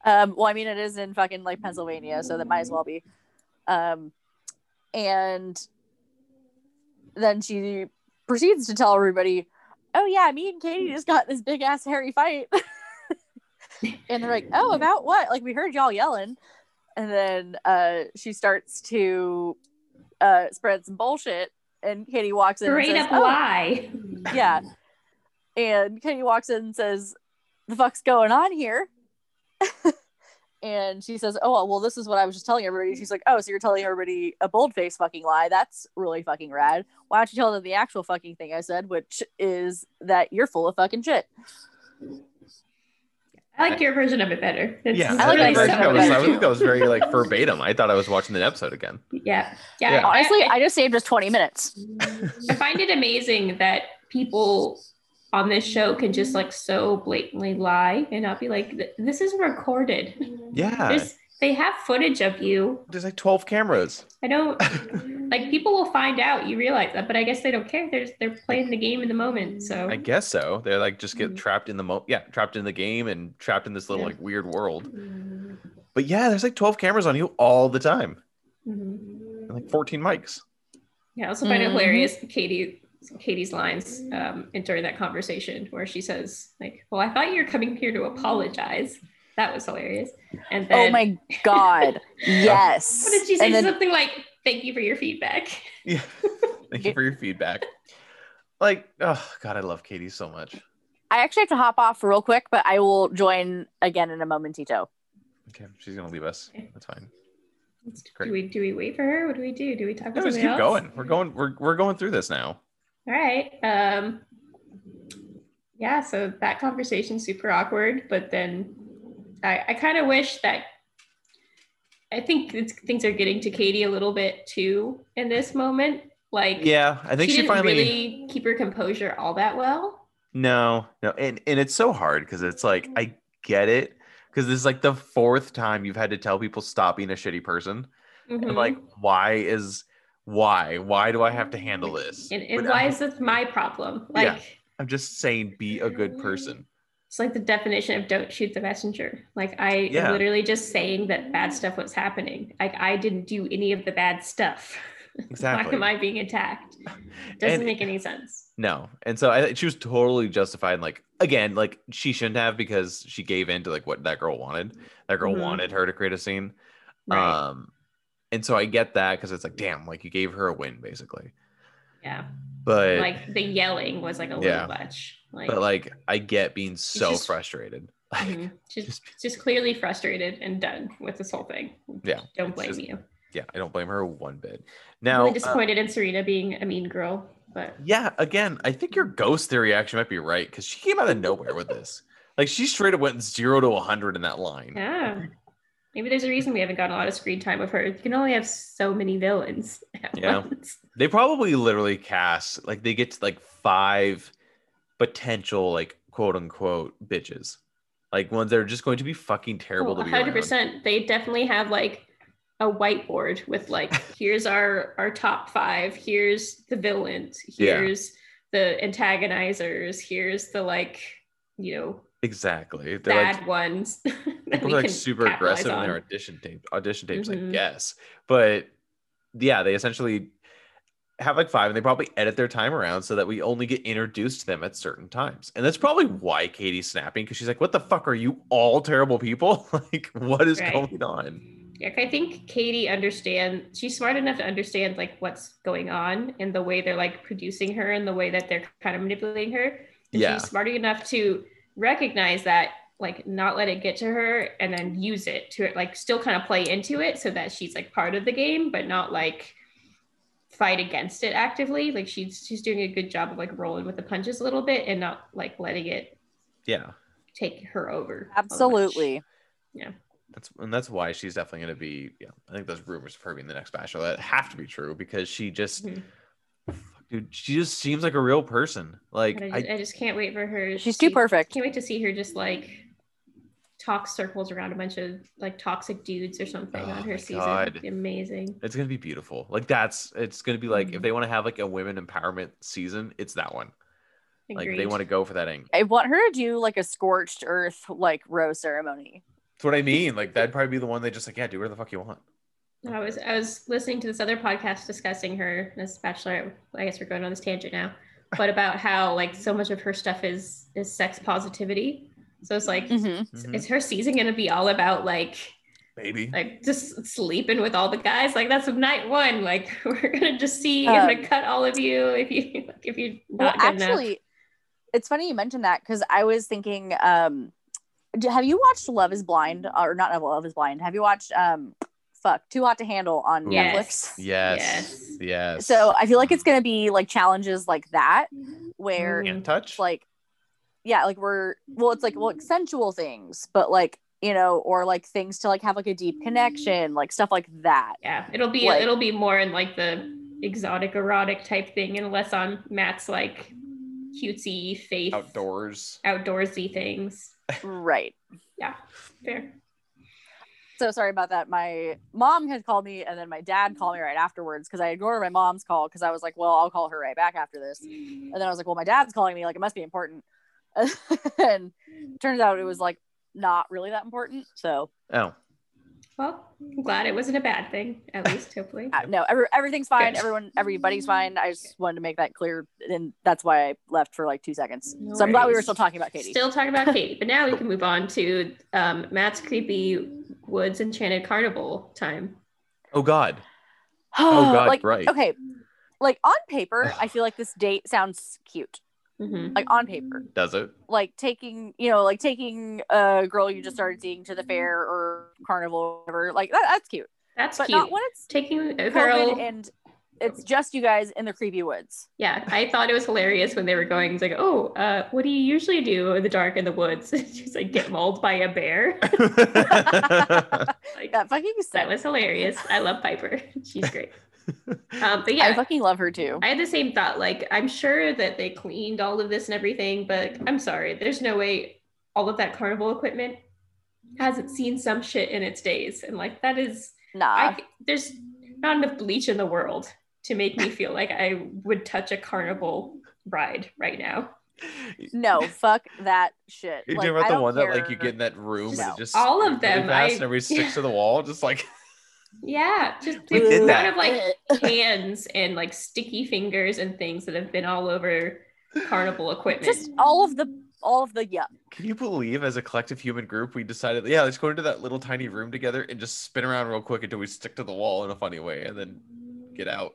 Speaker 3: um, well, I mean, it is in fucking like Pennsylvania, so that might as well be. Um, and then she proceeds to tell everybody, "Oh yeah, me and Katie just got in this big ass hairy fight," [LAUGHS] and they're like, "Oh, about what? Like we heard y'all yelling," and then uh, she starts to uh, spread some bullshit, and Katie walks in,
Speaker 2: Straight
Speaker 3: and says,
Speaker 2: up
Speaker 3: "Oh,
Speaker 2: lie.
Speaker 3: yeah. And Kenny walks in and says, The fuck's going on here? [LAUGHS] and she says, Oh, well, this is what I was just telling everybody. She's like, Oh, so you're telling everybody a bold faced fucking lie. That's really fucking rad. Why don't you tell them the actual fucking thing I said, which is that you're full of fucking shit?
Speaker 2: I like your version of it better.
Speaker 1: [LAUGHS]
Speaker 2: It's
Speaker 1: yeah,
Speaker 3: I like
Speaker 1: think
Speaker 3: that
Speaker 1: that
Speaker 3: so
Speaker 1: was-
Speaker 3: much.
Speaker 1: I think that was very like verbatim. I thought I was watching the episode again.
Speaker 2: Yeah. Yeah.
Speaker 1: Yeah.
Speaker 3: Honestly, I just saved us 20 minutes.
Speaker 2: I find it amazing that people on this show can just like so blatantly lie and not be like, "Th- this is recorded.
Speaker 1: Yeah, there's,
Speaker 2: There's, they have footage of you.
Speaker 1: like twelve cameras.
Speaker 2: I don't
Speaker 1: [LAUGHS]
Speaker 2: like people will find out. You realize that, but I guess they don't care. They're they're playing the game in the moment. So
Speaker 1: I guess so. They're like just get
Speaker 2: Mhm.
Speaker 1: trapped in the mo. Yeah, trapped in the game and trapped in this little
Speaker 2: Yeah.
Speaker 1: like weird world. But yeah, there's like twelve cameras on you all the time
Speaker 2: Mhm.
Speaker 1: and like fourteen mics.
Speaker 2: yeah, I also find it
Speaker 3: Mhm.
Speaker 2: hilarious Katie Katie's lines um, and during that conversation where she says like, "Well, I thought you were coming here to apologize." That was hilarious. And then
Speaker 3: oh my God. [LAUGHS] yes.
Speaker 2: what did she say?
Speaker 3: And then-
Speaker 2: Something like, "Thank you for your feedback." [LAUGHS]
Speaker 1: Yeah. [LAUGHS] Thank you for your feedback. Like, oh god, I love Katie so much.
Speaker 3: I actually have to hop off real quick, but I will join again in a momentito.
Speaker 1: Okay, she's gonna leave us. That's fine. Great.
Speaker 2: Do we do we wait for her? What do we do? Do we talk
Speaker 1: No,
Speaker 2: to
Speaker 1: just
Speaker 2: somebody
Speaker 1: keep
Speaker 2: else?
Speaker 1: going. We're going. We're we're going through this now.
Speaker 2: All right. Um, yeah, so that conversation's super awkward, but then I, I kind of wish that I think it's, things are getting to Katie a little bit too in this moment. Like,
Speaker 1: Yeah, I think she,
Speaker 2: didn't
Speaker 1: finally.
Speaker 2: really keep her composure all that well.
Speaker 1: No, no, and and it's so hard because it's like I get it because this is like the fourth time you've had to tell people stop being a shitty person,
Speaker 2: Mhm.
Speaker 1: and like why is why why do I have to handle this?
Speaker 2: and, and
Speaker 1: When
Speaker 2: why
Speaker 1: I'm,
Speaker 2: is this my problem? Like,
Speaker 1: Yeah. I'm just saying, be a
Speaker 2: Mm-hmm.
Speaker 1: good person.
Speaker 2: it's like the definition of don't shoot the messenger. Like, I am
Speaker 1: Yeah.
Speaker 2: literally just saying that bad stuff was happening. Like, I didn't do any of the bad stuff. [LAUGHS]
Speaker 1: Exactly.
Speaker 2: [LAUGHS] Why am I being
Speaker 1: [LAUGHS]
Speaker 2: attacked? Doesn't
Speaker 1: And-
Speaker 2: make any sense.
Speaker 1: No, and so I she was totally justified. Like again, like she shouldn't have because she gave in to like what that girl wanted. That girl
Speaker 2: Mhm.
Speaker 1: wanted her to create a scene.
Speaker 2: Right.
Speaker 1: Um, and so I get that because it's like, damn, like you gave her a win basically.
Speaker 2: yeah.
Speaker 1: But
Speaker 2: like the yelling was like a
Speaker 1: Yeah.
Speaker 2: little much. Like,
Speaker 1: but like I get being so
Speaker 2: just-
Speaker 1: frustrated. Like,
Speaker 2: mhm.
Speaker 1: [LAUGHS]
Speaker 2: she's
Speaker 1: just-
Speaker 2: just, clearly frustrated and done with this whole thing.
Speaker 1: Yeah,
Speaker 2: Don't
Speaker 1: it's
Speaker 2: blame
Speaker 1: just-
Speaker 2: you.
Speaker 1: yeah, I don't blame her one bit.
Speaker 2: I'm
Speaker 1: Now,
Speaker 2: really
Speaker 1: uh,
Speaker 2: disappointed in Serena being a mean girl, but
Speaker 1: yeah, again, I think your ghost theory actually might be right because Mm-hmm. she came out of nowhere with this. Like she straight up went zero to a hundred in that line.
Speaker 2: yeah. Maybe there's a reason we haven't gotten a lot of screen time with her. You can only have so many villains. At
Speaker 1: Yeah.
Speaker 2: [LAUGHS] Once.
Speaker 1: They probably literally cast like they get to like five potential like quote unquote bitches, like ones that are just going to be fucking terrible to be
Speaker 2: Oh, hundred
Speaker 1: around.
Speaker 2: percent. They definitely have like a whiteboard with like,
Speaker 1: [LAUGHS]
Speaker 2: here's our our top five. Here's the villains.
Speaker 1: Yeah.
Speaker 2: Here's the antagonizers. Here's the like, you know,
Speaker 1: Exactly. They're like
Speaker 2: bad ones. [LAUGHS] that
Speaker 1: people
Speaker 2: we
Speaker 1: are like
Speaker 2: can
Speaker 1: super
Speaker 2: capitalize
Speaker 1: aggressive in their
Speaker 2: on.
Speaker 1: audition tape audition tapes, I
Speaker 2: Mhm.
Speaker 1: guess. But yeah, they essentially have like five and they probably edit their time around so that we only get introduced to them at certain times. And that's probably why Katie's snapping because she's like, What the fuck are you all terrible people? [LAUGHS] like, what is
Speaker 2: Right.
Speaker 1: going on?
Speaker 2: Yeah, I think Katie understands. She's smart enough to understand like what's going on and the way they're like producing her and the way that they're kind of manipulating her. And
Speaker 1: Yeah.
Speaker 2: she's smart enough to recognize that, like, not let it get to her, and then use it to like still kind of play into it so that she's like part of the game, but not like fight against it actively. Like she's she's doing a good job of like rolling with the punches a little bit and not like letting it
Speaker 1: Yeah.
Speaker 2: take her over. so much.
Speaker 3: Absolutely.
Speaker 1: That's and that's why she's definitely gonna be, yeah. I think those rumors of her being the next bachelorette have to be true because she just
Speaker 2: Mhm.
Speaker 1: Fuck, dude, she just seems like a real person. Like
Speaker 2: But I,
Speaker 1: I
Speaker 2: just, I just can't wait for her.
Speaker 3: She's too
Speaker 2: she-
Speaker 3: perfect.
Speaker 2: Can't wait to see her just like talk circles around a bunch of like toxic dudes or something
Speaker 1: Oh
Speaker 2: on
Speaker 1: my
Speaker 2: her season.
Speaker 1: God.
Speaker 2: It'd be amazing.
Speaker 1: It's gonna be beautiful. Like that's it's gonna be like if
Speaker 2: Mhm.
Speaker 1: they want to have like a women empowerment season, it's that one. Like
Speaker 2: Agreed.
Speaker 1: they want to go for that angle.
Speaker 3: I want her to do like a scorched earth like rose ceremony.
Speaker 1: That's what I mean. Like that'd probably be the one they just like, yeah, do whatever the fuck you want.
Speaker 2: I was I was listening to this other podcast discussing her as bachelor. I guess we're going on this tangent now, but about how like so much of her stuff is is sex positivity. So it's like
Speaker 3: hmm
Speaker 1: Mhm.
Speaker 2: is her season gonna be all about like
Speaker 1: Maybe.
Speaker 2: like just sleeping with all the guys? Like that's night one. Like [LAUGHS] we're gonna just see.
Speaker 3: Um,
Speaker 2: I'm gonna cut all of you if you [LAUGHS] if you're
Speaker 3: Well,
Speaker 2: not good enough.
Speaker 3: actually, it's funny you mentioned that because I was thinking, um, d- have you watched Love Is Blind or not Love Is Blind? Have you watched um, fuck Too Hot to Handle on
Speaker 1: Ooh.
Speaker 2: Yes.
Speaker 3: Netflix?
Speaker 1: yes. Yes.
Speaker 2: Yes. um,
Speaker 3: So I feel like it's gonna be like challenges like that where
Speaker 2: Mm.
Speaker 1: can't touch.
Speaker 3: it's like, yeah, like we're well, it's like well, like sensual things, but like you know, or like things to like have like a deep connection, like stuff like that.
Speaker 2: Yeah, it'll be
Speaker 3: Like-
Speaker 2: it'll be more in like the exotic erotic type thing, and less on Matt's like cutesy faith
Speaker 1: outdoors.
Speaker 2: outdoorsy things.
Speaker 3: right.
Speaker 2: Fair.
Speaker 3: so sorry about that. My mom had called me, and then my dad called me right afterwards because I ignored my mom's call because I was like, "Well, I'll call her right back after this." And then I was like, "Well, my dad's calling me. Like, it must be important." [LAUGHS] and turns out it was like not really that important. So
Speaker 1: Oh.
Speaker 2: Well, I'm glad it wasn't a bad thing. At least,
Speaker 3: [LAUGHS]
Speaker 2: hopefully.
Speaker 3: uh, no, every, everything's fine.
Speaker 1: Good.
Speaker 3: Everyone, everybody's fine. I just wanted to make that clear, and that's why I left for like two seconds.
Speaker 2: No
Speaker 3: so I'm glad we
Speaker 2: worries.
Speaker 3: were still talking about Katie. [GASPS]
Speaker 2: Still talking about Katie, but now we can move on to um, Matt's creepy woods enchanted carnival time.
Speaker 1: Oh God. Oh God.
Speaker 3: like,
Speaker 1: right.
Speaker 3: okay, like on
Speaker 1: [SIGHS]
Speaker 3: paper, I feel like this date sounds cute.
Speaker 2: Mhm.
Speaker 3: Like on paper.
Speaker 1: Does
Speaker 2: [LAUGHS]
Speaker 1: it?
Speaker 3: like taking you know like taking a girl you just started seeing to the fair or carnival or whatever like that, that's cute
Speaker 2: That's
Speaker 3: but
Speaker 2: cute.
Speaker 3: not when it's
Speaker 2: Taking a girl
Speaker 3: COVID and it's just you guys in the creepy woods
Speaker 2: Yeah, I thought it was hilarious when they were going. It's like, oh, uh, what do you usually do in the dark in the woods? [LAUGHS] She's like, get mauled by a bear. [LAUGHS]
Speaker 1: I
Speaker 2: Like,
Speaker 3: that fucking is
Speaker 2: that
Speaker 3: sick.
Speaker 2: was hilarious. I love Piper. [LAUGHS] She's great. Um, but
Speaker 3: i
Speaker 2: yeah,
Speaker 3: fucking love her too
Speaker 2: I had the same thought. Like, I'm sure that they cleaned all of this and everything, but I'm sorry, there's no way all of that carnival equipment hasn't seen some shit in its days. And like, that is,
Speaker 3: nah
Speaker 2: I there's not enough bleach in the world to make me feel like I would touch a carnival ride right now.
Speaker 3: no fuck that shit
Speaker 1: You're
Speaker 3: Like,
Speaker 1: talking about
Speaker 3: I
Speaker 1: the
Speaker 3: don't
Speaker 1: one that like you
Speaker 3: care.
Speaker 1: get in that room and
Speaker 3: No.
Speaker 1: it just
Speaker 2: All of
Speaker 1: really
Speaker 2: them,
Speaker 1: fast
Speaker 2: I-
Speaker 1: and everybody sticks
Speaker 2: [LAUGHS]
Speaker 1: to the wall, just like [LAUGHS]
Speaker 2: Yeah, just
Speaker 1: We
Speaker 2: the
Speaker 1: did
Speaker 2: amount
Speaker 1: that.
Speaker 2: of
Speaker 3: [LAUGHS]
Speaker 2: like
Speaker 1: [LAUGHS]
Speaker 2: hands and like sticky fingers and things that have been all over carnival equipment.
Speaker 3: just all of the all of the yuck
Speaker 1: Can you believe, as a collective human group, we decided, yeah, let's go into that little tiny room together and just spin around real quick until we stick to the wall in a funny way and then get out.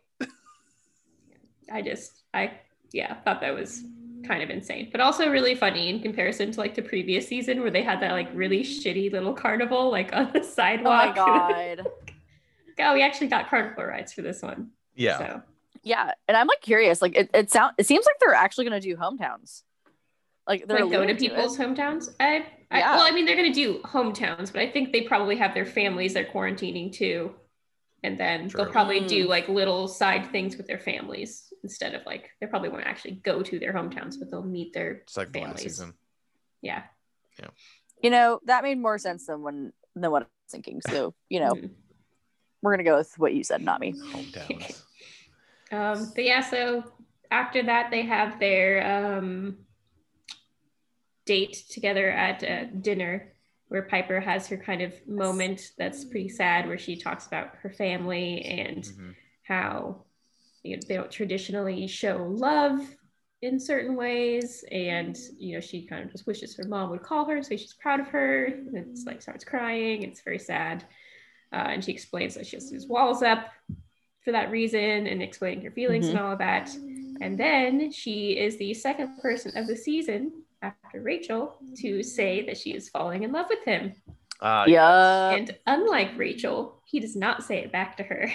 Speaker 2: I just I yeah, thought that was kind of insane, but also really funny in comparison to like the previous season where they had that like really shitty little carnival like on the [LAUGHS]
Speaker 3: oh my
Speaker 2: sidewalk.
Speaker 3: god
Speaker 2: oh, we actually got carnival rides for this one.
Speaker 1: Yeah.
Speaker 2: So
Speaker 3: yeah and i'm like curious like it, it sound it seems like they're actually gonna do hometowns Like they're
Speaker 2: Like go to
Speaker 3: alluding it.
Speaker 2: people's hometowns. I, I
Speaker 3: Yeah.
Speaker 2: well, I mean, they're gonna do hometowns, but I think they probably have their families they're quarantining too, and then
Speaker 1: True.
Speaker 2: they'll probably
Speaker 3: Mm.
Speaker 2: do like little side things with their families instead of like they probably won't actually go to their hometowns, but they'll meet their
Speaker 1: It's like the last
Speaker 2: Families. [LAUGHS]
Speaker 1: season.
Speaker 2: yeah.
Speaker 3: You know that made more sense than when than what I was thinking. So you
Speaker 2: [LAUGHS]
Speaker 3: know
Speaker 2: Mhm.
Speaker 3: we're gonna go with what you said, not me.
Speaker 1: Hometowns.
Speaker 2: Um, but yeah, so after that, they have their um, date together at uh, dinner where Piper has her kind of moment that's pretty sad where she talks about her family and
Speaker 1: Mhm.
Speaker 2: how you know, they don't traditionally show love in certain ways and you know she kind of just wishes her mom would call her and say she's proud of her and it's like starts crying it's very sad uh, and she explains that she has these walls up for that reason and explaining her feelings and all of that and then she is the second person of the season after rachel to say that she is falling in love with him
Speaker 1: Uh,
Speaker 3: yeah.
Speaker 2: and unlike rachel he does not say it back to her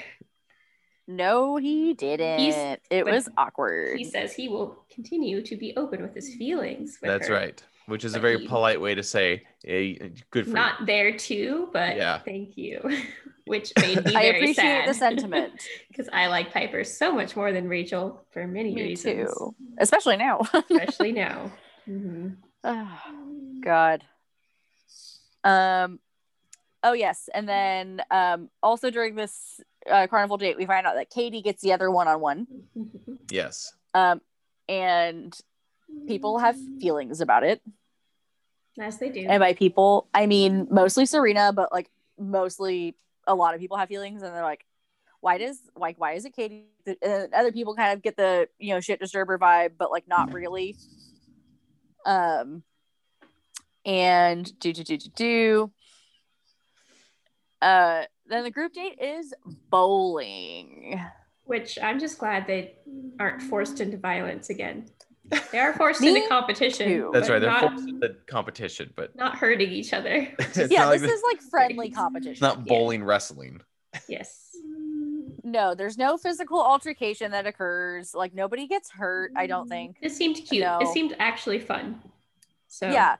Speaker 3: No, he didn't. It
Speaker 2: but
Speaker 3: was awkward.
Speaker 2: he says he will continue to be open with his feelings. with
Speaker 1: That's
Speaker 2: her.
Speaker 1: right. Which is a
Speaker 2: But
Speaker 1: very
Speaker 2: he-
Speaker 1: polite way to say, hey, good for you."
Speaker 2: Not there too, but
Speaker 1: Yeah.
Speaker 2: thank you, [LAUGHS]
Speaker 1: [LAUGHS]
Speaker 2: which made me
Speaker 3: I
Speaker 2: very
Speaker 3: appreciate
Speaker 2: sad. [LAUGHS]
Speaker 3: the sentiment.
Speaker 2: because I like Piper so much more than Rachel for many
Speaker 3: me
Speaker 2: reasons,
Speaker 3: too,
Speaker 2: [SIGHS]
Speaker 3: especially now. [LAUGHS] Oh,
Speaker 2: especially now. Mhm.
Speaker 3: God. Um. Oh yes, and then um, also during this uh, carnival date, we find out that Katie gets the other one-on-one,
Speaker 1: Yes.
Speaker 3: um, and people have feelings about it.
Speaker 2: [LAUGHS] as they do.
Speaker 3: And by people, I mean mostly Serena, but like mostly a lot of people have feelings, and they're like, "Why does like why is it Katie?" And then other people kind of get the you know shit disturber vibe, but like not really. Um, and do do do do do. Uh, then the group date is bowling.
Speaker 2: Which I'm just glad they aren't forced into violence again. They
Speaker 3: [LAUGHS]
Speaker 2: are forced
Speaker 3: Mm. Me
Speaker 2: into competition.
Speaker 3: too.
Speaker 1: That's
Speaker 2: but
Speaker 1: right. They're
Speaker 2: Not,
Speaker 1: forced into the competition, but [LAUGHS]
Speaker 2: not hurting each other. [LAUGHS]
Speaker 1: It's
Speaker 3: yeah,
Speaker 1: not like
Speaker 3: this
Speaker 1: this-
Speaker 3: is like friendly competition.
Speaker 1: [LAUGHS] it's not
Speaker 2: yeah.
Speaker 1: bowling wrestling.
Speaker 2: yes.
Speaker 3: No, there's no physical altercation that occurs. Like nobody gets hurt, I
Speaker 1: Mm.
Speaker 3: don't think.
Speaker 2: It seemed cute.
Speaker 3: No.
Speaker 2: It seemed actually fun. So
Speaker 3: Yeah.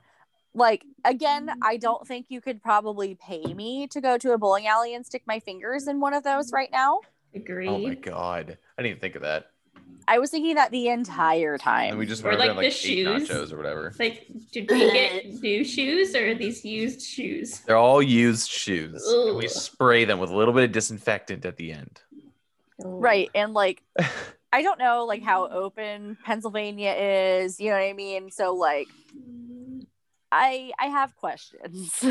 Speaker 3: Like again, I don't think you could probably pay me to go to a bowling alley and stick my fingers in one of those right now.
Speaker 2: agree.
Speaker 1: Oh my God. I didn't even think of that.
Speaker 3: I was thinking that the entire
Speaker 1: And
Speaker 3: time.
Speaker 1: we just
Speaker 2: Or
Speaker 1: went
Speaker 2: like
Speaker 1: around like
Speaker 2: the
Speaker 1: eight
Speaker 2: shoes.
Speaker 1: nachos or whatever.
Speaker 2: Like, did we get new shoes or are these used shoes?
Speaker 1: They're all used shoes. And we
Speaker 2: Ugh.
Speaker 1: spray them with a little bit of disinfectant at the end.
Speaker 3: right.
Speaker 1: [LAUGHS]
Speaker 3: And like I don't know like how open Pennsylvania is, you know what I mean? So like I I have questions. [LAUGHS]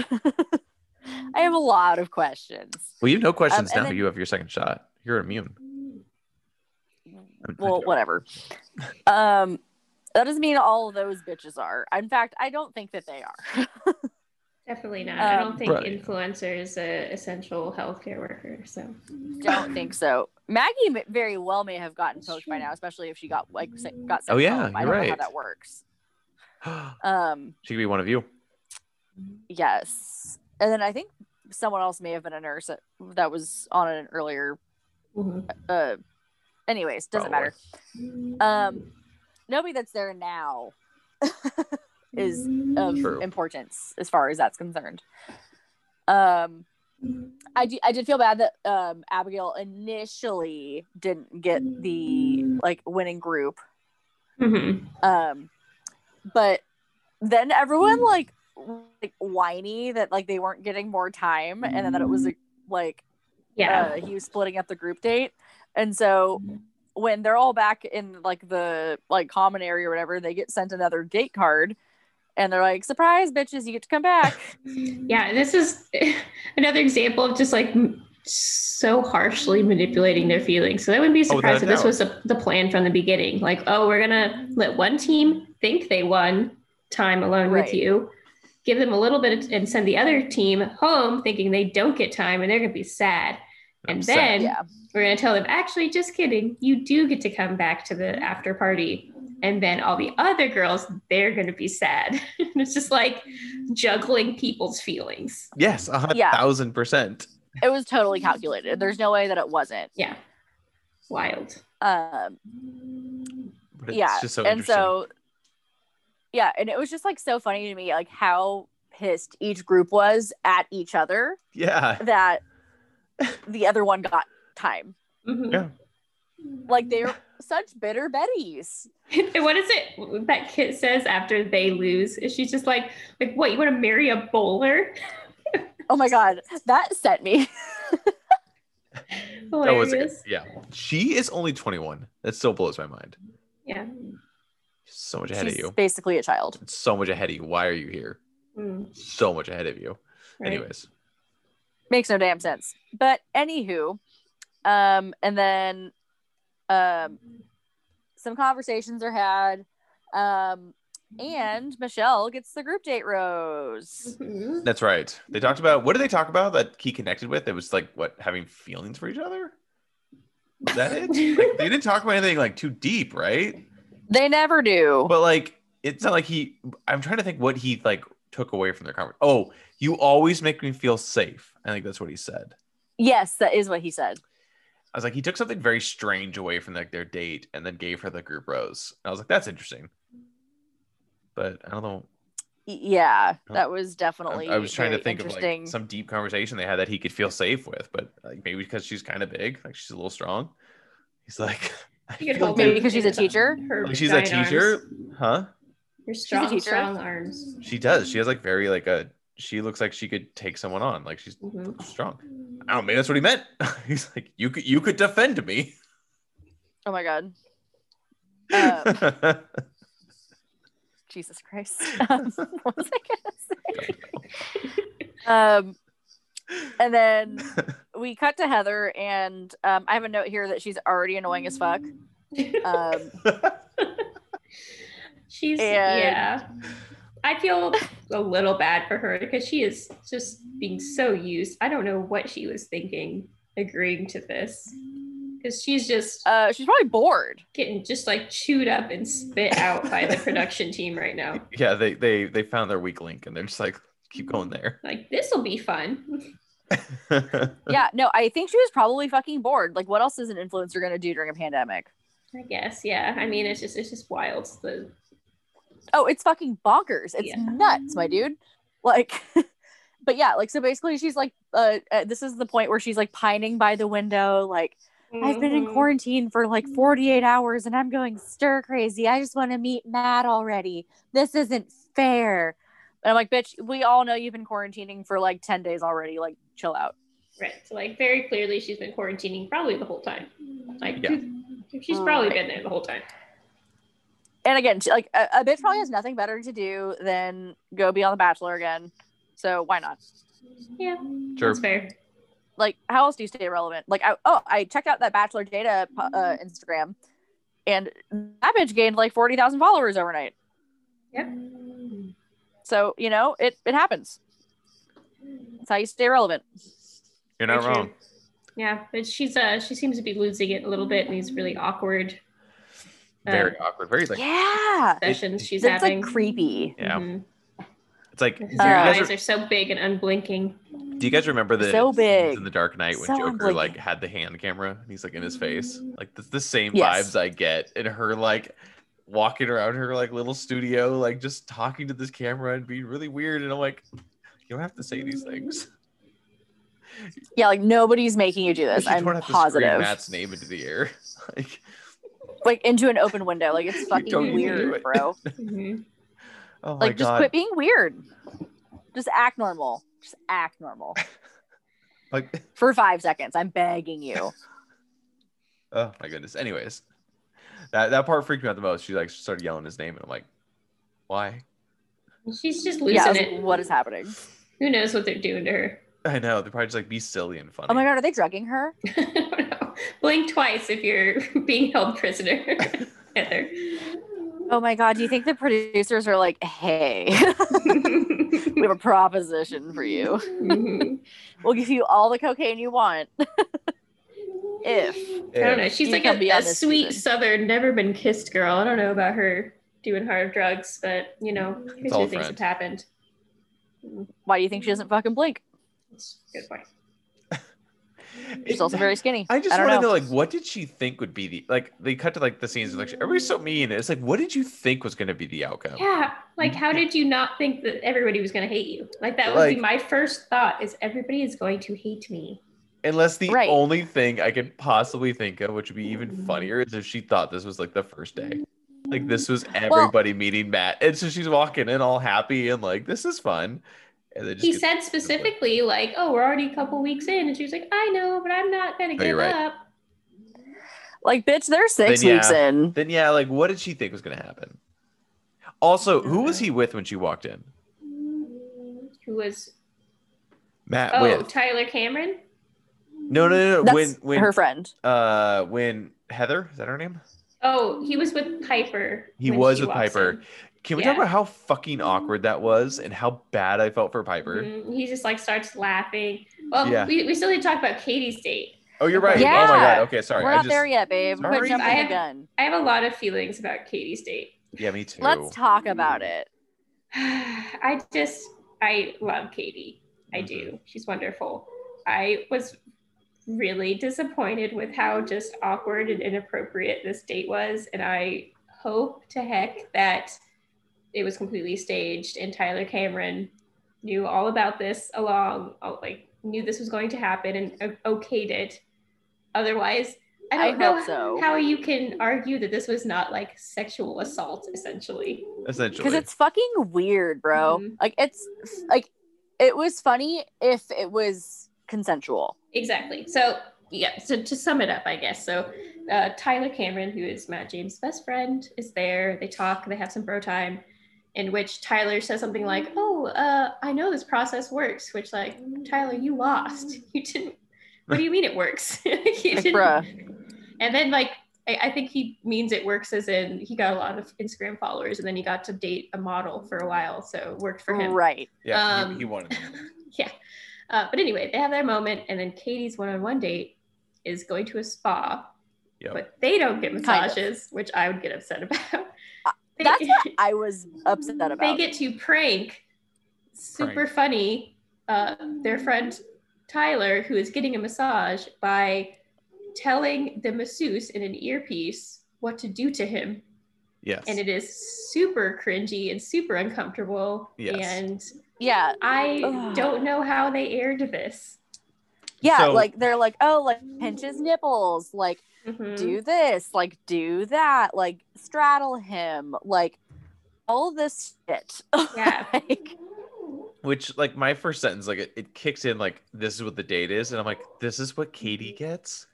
Speaker 3: I have a lot of questions.
Speaker 1: Well, you have no questions
Speaker 3: Um, and
Speaker 1: now.
Speaker 3: then-
Speaker 1: you have your second shot. You're immune. I'm
Speaker 3: well,
Speaker 1: joking.
Speaker 3: whatever. Um, that doesn't mean all of those bitches are. In fact, I don't think that they are.
Speaker 2: Definitely not. I
Speaker 3: Um,
Speaker 2: don't think
Speaker 1: Right.
Speaker 2: influencer is a essential healthcare worker. So
Speaker 3: don't think so. Maggie m- very well may have gotten poked by now, especially if she got like sa- got. sent
Speaker 1: Oh, yeah,
Speaker 3: home. I
Speaker 1: you're
Speaker 3: don't know how
Speaker 1: right.
Speaker 3: that works. Um,
Speaker 1: [GASPS] she could be one of you.
Speaker 3: yes, and then I think someone else may have been a nurse that, that was on an earlier. Uh, anyways, doesn't
Speaker 1: Probably.
Speaker 3: matter.
Speaker 2: Mm-hmm.
Speaker 3: Um, Nobody that's there now is of
Speaker 1: True.
Speaker 3: importance as far as that's concerned. Um, I do, I did feel bad that um, Abigail initially didn't get the like winning group,
Speaker 2: Mhm.
Speaker 3: um, but then everyone
Speaker 1: Mm.
Speaker 3: like like whiny that like they weren't getting more time, and then that it was
Speaker 1: Mm.
Speaker 3: like
Speaker 2: yeah.
Speaker 3: uh, he was splitting up the group date, and so when they're all back in like the like common area or whatever, they get sent another date card, and they're like, "Surprise, bitches! You get to come back."
Speaker 2: yeah, this is [LAUGHS] another example of just like m- so harshly manipulating their feelings. So I wouldn't be
Speaker 1: Oh, without
Speaker 2: surprised
Speaker 1: a
Speaker 2: if this
Speaker 1: doubt.
Speaker 2: was a, the plan from the beginning. Like, oh, we're gonna let one team think they won time alone
Speaker 3: Right.
Speaker 2: with you, give them a little bit, and send the other team home thinking they don't get time and they're gonna be sad.
Speaker 1: I'm
Speaker 2: And
Speaker 1: sad.
Speaker 2: then
Speaker 3: yeah,
Speaker 2: we're gonna tell them, actually, just kidding, you do get to come back to the after party. And then all the other girls, they're gonna be sad. [LAUGHS] and it's just like juggling people's feelings.
Speaker 1: yes, a hundred
Speaker 3: Yeah.
Speaker 1: thousand percent.
Speaker 3: it was totally calculated. There's no way that it wasn't.
Speaker 2: Yeah. Wild.
Speaker 3: Um,
Speaker 1: But it's
Speaker 3: yeah,
Speaker 1: just so
Speaker 3: and
Speaker 1: interesting.
Speaker 3: so yeah, and it was just like so funny to me, like how pissed each group was at each other
Speaker 1: Yeah.
Speaker 3: that the other one got time.
Speaker 2: Mhm.
Speaker 1: Yeah.
Speaker 3: Like they were such bitter Betties.
Speaker 2: [LAUGHS] And what is it that Kit says after they lose? Is she just like, like, what? You want to marry a
Speaker 3: [LAUGHS]
Speaker 2: bowler?
Speaker 3: Oh my god, that sent me.
Speaker 1: That was it.
Speaker 2: Hilarious.
Speaker 1: Yeah. She is only 21. That still blows my mind.
Speaker 2: Yeah.
Speaker 1: She's so much ahead
Speaker 3: She's
Speaker 1: of you.
Speaker 3: basically a child.
Speaker 1: So much ahead of you. Why are you here?
Speaker 2: Mm,
Speaker 1: So much ahead of you.
Speaker 2: right.
Speaker 1: Anyways.
Speaker 3: Makes no damn sense. But anywho, um, and then um some conversations are had. Um, and Michelle gets the group date rose.
Speaker 2: Mhm.
Speaker 1: That's right. They talked about what did they talk about that he connected with? It was like what having feelings for each other. Was that
Speaker 2: [LAUGHS]
Speaker 1: it? Like, they didn't talk about anything like too deep, right?
Speaker 3: They never do.
Speaker 1: But like it's not like he. I'm trying to think what he like took away from their conversation. Oh, you always make me feel safe. I think that's what he said.
Speaker 3: Yes, that is what he said.
Speaker 1: I was like, he took something very strange away from like their date and then gave her the group rose. And I was like, that's interesting. But I don't know.
Speaker 3: Y- Yeah,
Speaker 1: Huh.
Speaker 3: that was
Speaker 1: I,
Speaker 3: definitely.
Speaker 1: I was trying to
Speaker 3: very
Speaker 1: think of
Speaker 3: interesting.
Speaker 1: like some deep conversation they had that he could feel safe with, but like maybe because she's kind of big, like she's a little strong. He's like, [LAUGHS] I
Speaker 2: You could
Speaker 1: feel
Speaker 2: hold
Speaker 3: Maybe
Speaker 1: good.
Speaker 2: her
Speaker 3: because she's a
Speaker 2: in
Speaker 3: teacher?
Speaker 2: her
Speaker 1: Like, she's a
Speaker 2: giant
Speaker 1: teacher?
Speaker 2: arms.
Speaker 1: huh?
Speaker 2: Her strong,
Speaker 3: teacher.
Speaker 2: strong arms.
Speaker 1: She does. She has like very like a. She looks like she could take someone on. Like she's
Speaker 3: [LAUGHS]
Speaker 2: Mhm.
Speaker 1: strong. I don't. know, Maybe that's what he meant. [LAUGHS] He's like, you could you could defend me.
Speaker 3: Oh my god,
Speaker 1: [LAUGHS]
Speaker 3: Um, Jesus Christ! [LAUGHS] Um, what was I gonna say? um, and then we cut to Heather, and um, I have a note here that she's already annoying as fuck. Um,
Speaker 2: She's
Speaker 3: And-
Speaker 2: yeah. I feel a little bad for her because she is just being so used. I don't know what she was thinking agreeing to this because she's just
Speaker 3: uh, she's probably bored.
Speaker 2: getting just like chewed up and spit out by the
Speaker 3: [LAUGHS]
Speaker 2: production team right now.
Speaker 1: yeah, they they they found their weak link and they're just like, keep going there. [LAUGHS]
Speaker 2: Like this will be fun.
Speaker 3: Yeah, no, I think she was probably fucking bored. Like, what else is an influencer gonna do during a pandemic?
Speaker 2: I guess yeah. I mean it's just it's just wild. The
Speaker 3: Oh, it's fucking bonkers. It's
Speaker 2: Yeah.
Speaker 3: nuts, my dude. Like, [LAUGHS] but yeah, like, so basically she's like, uh, uh, this is the point where she's like pining by the window, like, I've been in
Speaker 2: Mhm.
Speaker 3: quarantine for like 48 hours and I'm going stir crazy. I just want to meet Matt already. This isn't fair. And I'm like, bitch, we all know you've been quarantining for like 10 days already. Like, chill out.
Speaker 2: Right. So like very clearly she's been quarantining probably the whole time. Like
Speaker 1: Yeah.
Speaker 2: she's probably
Speaker 3: Right.
Speaker 2: been there the whole time.
Speaker 3: And again, she- like, a, a bitch probably has nothing better to do than go be on The Bachelor again. So why not?
Speaker 2: Yeah.
Speaker 1: sure.
Speaker 2: That's fair.
Speaker 3: like how else do you stay relevant? Like I oh I checked out that Bachelor Data uh, Instagram, and that bitch gained like forty thousand followers overnight.
Speaker 2: Yep.
Speaker 3: So you know it it happens. That's how you stay relevant.
Speaker 1: You're not
Speaker 2: Very true.
Speaker 1: wrong.
Speaker 2: Yeah, but she's uh she seems to be losing it a little bit in these really awkward
Speaker 1: Very
Speaker 2: Um,
Speaker 1: awkward. Very like
Speaker 3: yeah,
Speaker 2: sessions she's
Speaker 3: that's
Speaker 2: having.
Speaker 3: like creepy.
Speaker 1: yeah.
Speaker 2: Mhm.
Speaker 1: It's like
Speaker 2: Because
Speaker 1: do you,
Speaker 2: Her
Speaker 3: Uh,
Speaker 1: guys
Speaker 2: eyes are so big and unblinking.
Speaker 1: re- do you guys remember the
Speaker 3: So
Speaker 1: scenes
Speaker 3: big.
Speaker 1: in the Dark Knight when
Speaker 3: So
Speaker 1: Joker
Speaker 3: unblinking.
Speaker 1: like had the hand camera and he's like in his face? Like that's the same
Speaker 3: Yes.
Speaker 1: vibes I get and her like walking around her like little studio, like just talking to this camera and being really weird. And I'm like, you don't have to say these
Speaker 3: [LAUGHS]
Speaker 1: things.
Speaker 3: Yeah, like nobody's making you do
Speaker 1: You
Speaker 3: this. I'm
Speaker 1: don't have to scream
Speaker 3: positive.
Speaker 1: Matt's name into the air. [LAUGHS] like
Speaker 3: Like into an open window. Like
Speaker 1: [LAUGHS]
Speaker 3: it's
Speaker 1: You don't
Speaker 3: fucking
Speaker 1: need to do [LAUGHS]
Speaker 3: weird,
Speaker 1: it.
Speaker 3: bro.
Speaker 2: Mhm.
Speaker 1: oh my
Speaker 3: Like just
Speaker 1: god.
Speaker 3: quit being weird. Just act normal. Just act normal
Speaker 1: Like
Speaker 3: for five seconds. I'm begging you.
Speaker 1: oh my goodness. Anyways. That that part freaked me out the most. She like started yelling his name and I'm like, why? [LAUGHS]
Speaker 2: She's just losing
Speaker 3: yeah, I was
Speaker 2: it.
Speaker 3: like, what is happening?
Speaker 2: Who knows what they're doing to her? [LAUGHS]
Speaker 1: I know. They're probably just like be silly and funny.
Speaker 3: Oh my god, are they drugging her?
Speaker 2: I don't know. Blink twice if you're [LAUGHS] being held prisoner. [LAUGHS] Heather.
Speaker 3: Oh [LAUGHS] my god, do you think the producers are like, hey, [LAUGHS] we have a proposition for you.
Speaker 2: Mhm.
Speaker 3: We'll give you all the cocaine you want. If.
Speaker 2: I don't know.
Speaker 1: Yeah.
Speaker 2: She's
Speaker 3: You
Speaker 2: like
Speaker 3: can
Speaker 2: a,
Speaker 3: be on
Speaker 2: a
Speaker 3: this
Speaker 2: sweet
Speaker 3: season.
Speaker 2: southern, never been kissed girl. I don't know about her doing hard drugs, but you know,
Speaker 1: all
Speaker 2: crazy things
Speaker 1: friend.
Speaker 2: have happened.
Speaker 3: Why do you think she doesn't fucking blink?
Speaker 2: That's a good point.
Speaker 3: She's also very skinny.
Speaker 1: I just
Speaker 3: don't
Speaker 1: want to
Speaker 3: know.
Speaker 1: know, like, what did she think would be the like? They cut to like the scenes, like everybody's so mean. It's like, what did you think was going to be the outcome?
Speaker 2: Yeah. Like, how did you not think that everybody was going to hate you? Like, that would
Speaker 1: Mm-hmm. Like-
Speaker 2: be my first thought is everybody is going to hate me.
Speaker 1: Unless the
Speaker 3: Right.
Speaker 1: only thing I could possibly think of, which would be even funnier, is if she thought this was like the first day. Like this was everybody meeting Matt. And so she's walking in all happy and like, this is fun. And then just
Speaker 2: He
Speaker 1: gets-
Speaker 2: said specifically, like, oh, we're already a couple weeks in. And she was like, I know, but I'm not going to
Speaker 1: Oh, you're
Speaker 2: give
Speaker 1: right.
Speaker 2: up.
Speaker 3: Like, bitch, they're six
Speaker 1: Then, yeah.
Speaker 3: weeks in.
Speaker 1: then yeah, like what did she think was gonna happen? Also, who was he with when she walked in?
Speaker 2: Who was,
Speaker 1: Matt
Speaker 2: oh,
Speaker 1: Uh, with.
Speaker 2: Tyler Cameron?
Speaker 1: No, no, no, no.
Speaker 3: That's
Speaker 1: When when
Speaker 3: her friend.
Speaker 1: uh when Heather, is that her name?
Speaker 2: Oh, he was with Piper.
Speaker 1: He
Speaker 2: when
Speaker 1: was
Speaker 2: she
Speaker 1: with
Speaker 2: walks
Speaker 1: Piper. Can we talk
Speaker 2: Yeah.
Speaker 1: about how fucking awkward that was and how bad I felt for Piper?
Speaker 2: Mhm. He just like starts laughing. Well,
Speaker 1: Yeah.
Speaker 2: we, we still need to talk about Katie's date.
Speaker 1: Oh, you're right. Oh my
Speaker 3: Yeah.
Speaker 1: god. Okay, sorry.
Speaker 3: We're
Speaker 1: I
Speaker 3: not
Speaker 1: just
Speaker 3: there yet, babe. Quit
Speaker 1: Sorry.
Speaker 3: jumping
Speaker 2: I
Speaker 3: the
Speaker 2: have-
Speaker 3: gun.
Speaker 2: I have a lot of feelings about Katie's date.
Speaker 1: Yeah, me too.
Speaker 3: Let's talk about
Speaker 1: Mm.
Speaker 3: it.
Speaker 2: [SIGHS] I just, I love Katie. I do. She's wonderful. I was really disappointed with how just awkward and inappropriate this date was. And I hope to heck that it was completely staged and Tyler Cameron knew all about this along, all- like, knew this was going to happen and o- okayed it. Otherwise, I
Speaker 3: I
Speaker 2: don't know
Speaker 3: hope so.
Speaker 2: how you can argue that this was not like sexual assault, essentially.
Speaker 1: essentially.
Speaker 3: Because it's fucking weird, bro.
Speaker 2: Mhm.
Speaker 3: Like, it's like it was funny if it was consensual.
Speaker 2: Exactly. So yeah. So to sum it up, I guess. So uh, Tyler Cameron, who is Matt James' best friend, is there. They talk. They have some bro time, in which Tyler says something like, "Oh, uh, I know this process works." Which like Tyler, you lost. You
Speaker 3: [LAUGHS]
Speaker 2: didn't. What do you mean it works? [LAUGHS] You
Speaker 3: Like,
Speaker 2: didn't-
Speaker 3: bruh.
Speaker 2: And then like. I I think he means it works as in he got a lot of Instagram followers and then he got to date a model for a while. So it worked for him.
Speaker 3: Right.
Speaker 1: yeah, he-
Speaker 2: um,
Speaker 1: he, wanted it.
Speaker 2: [LAUGHS] yeah. Uh, but anyway, they have their moment, and then Katie's one-on-one date is going to a spa,
Speaker 1: Yep.
Speaker 2: but they don't get
Speaker 3: Kind of.
Speaker 2: massages, which I would get upset [LAUGHS] about.
Speaker 3: Uh,
Speaker 2: They-
Speaker 3: that's
Speaker 2: [LAUGHS]
Speaker 3: I was upset about.
Speaker 2: they get to prank, super funny, uh, their friend Tyler, who is getting a massage, by telling the masseuse in an earpiece what to do to him
Speaker 1: Yes.
Speaker 2: and it is super cringy and super uncomfortable
Speaker 1: Yes.
Speaker 2: and
Speaker 3: yeah,
Speaker 2: i
Speaker 3: Ugh.
Speaker 2: don't know how they aired this
Speaker 3: yeah.
Speaker 1: So-
Speaker 3: like they're like, oh, like pinch his nipples, like
Speaker 2: Mhm.
Speaker 3: do this, like do that, like straddle him, like all this shit. [LAUGHS]
Speaker 2: Yeah.
Speaker 3: Like,
Speaker 1: Which like my first sentence, like it, it kicks in like this is what the date is, and I'm like, this is what Katie gets.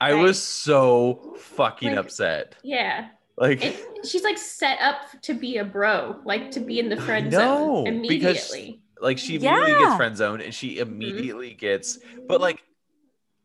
Speaker 1: I
Speaker 2: Right.
Speaker 1: was so fucking
Speaker 2: Like-
Speaker 1: upset.
Speaker 2: Yeah.
Speaker 1: Like
Speaker 2: It, she's like set up to be a bro, like to be in the
Speaker 1: I
Speaker 2: friend
Speaker 1: know,
Speaker 2: zone
Speaker 1: because-
Speaker 2: immediately.
Speaker 1: like she immediately gets
Speaker 3: Yeah.
Speaker 1: friend zoned and
Speaker 2: Mm-hmm.
Speaker 1: she immediately gets but like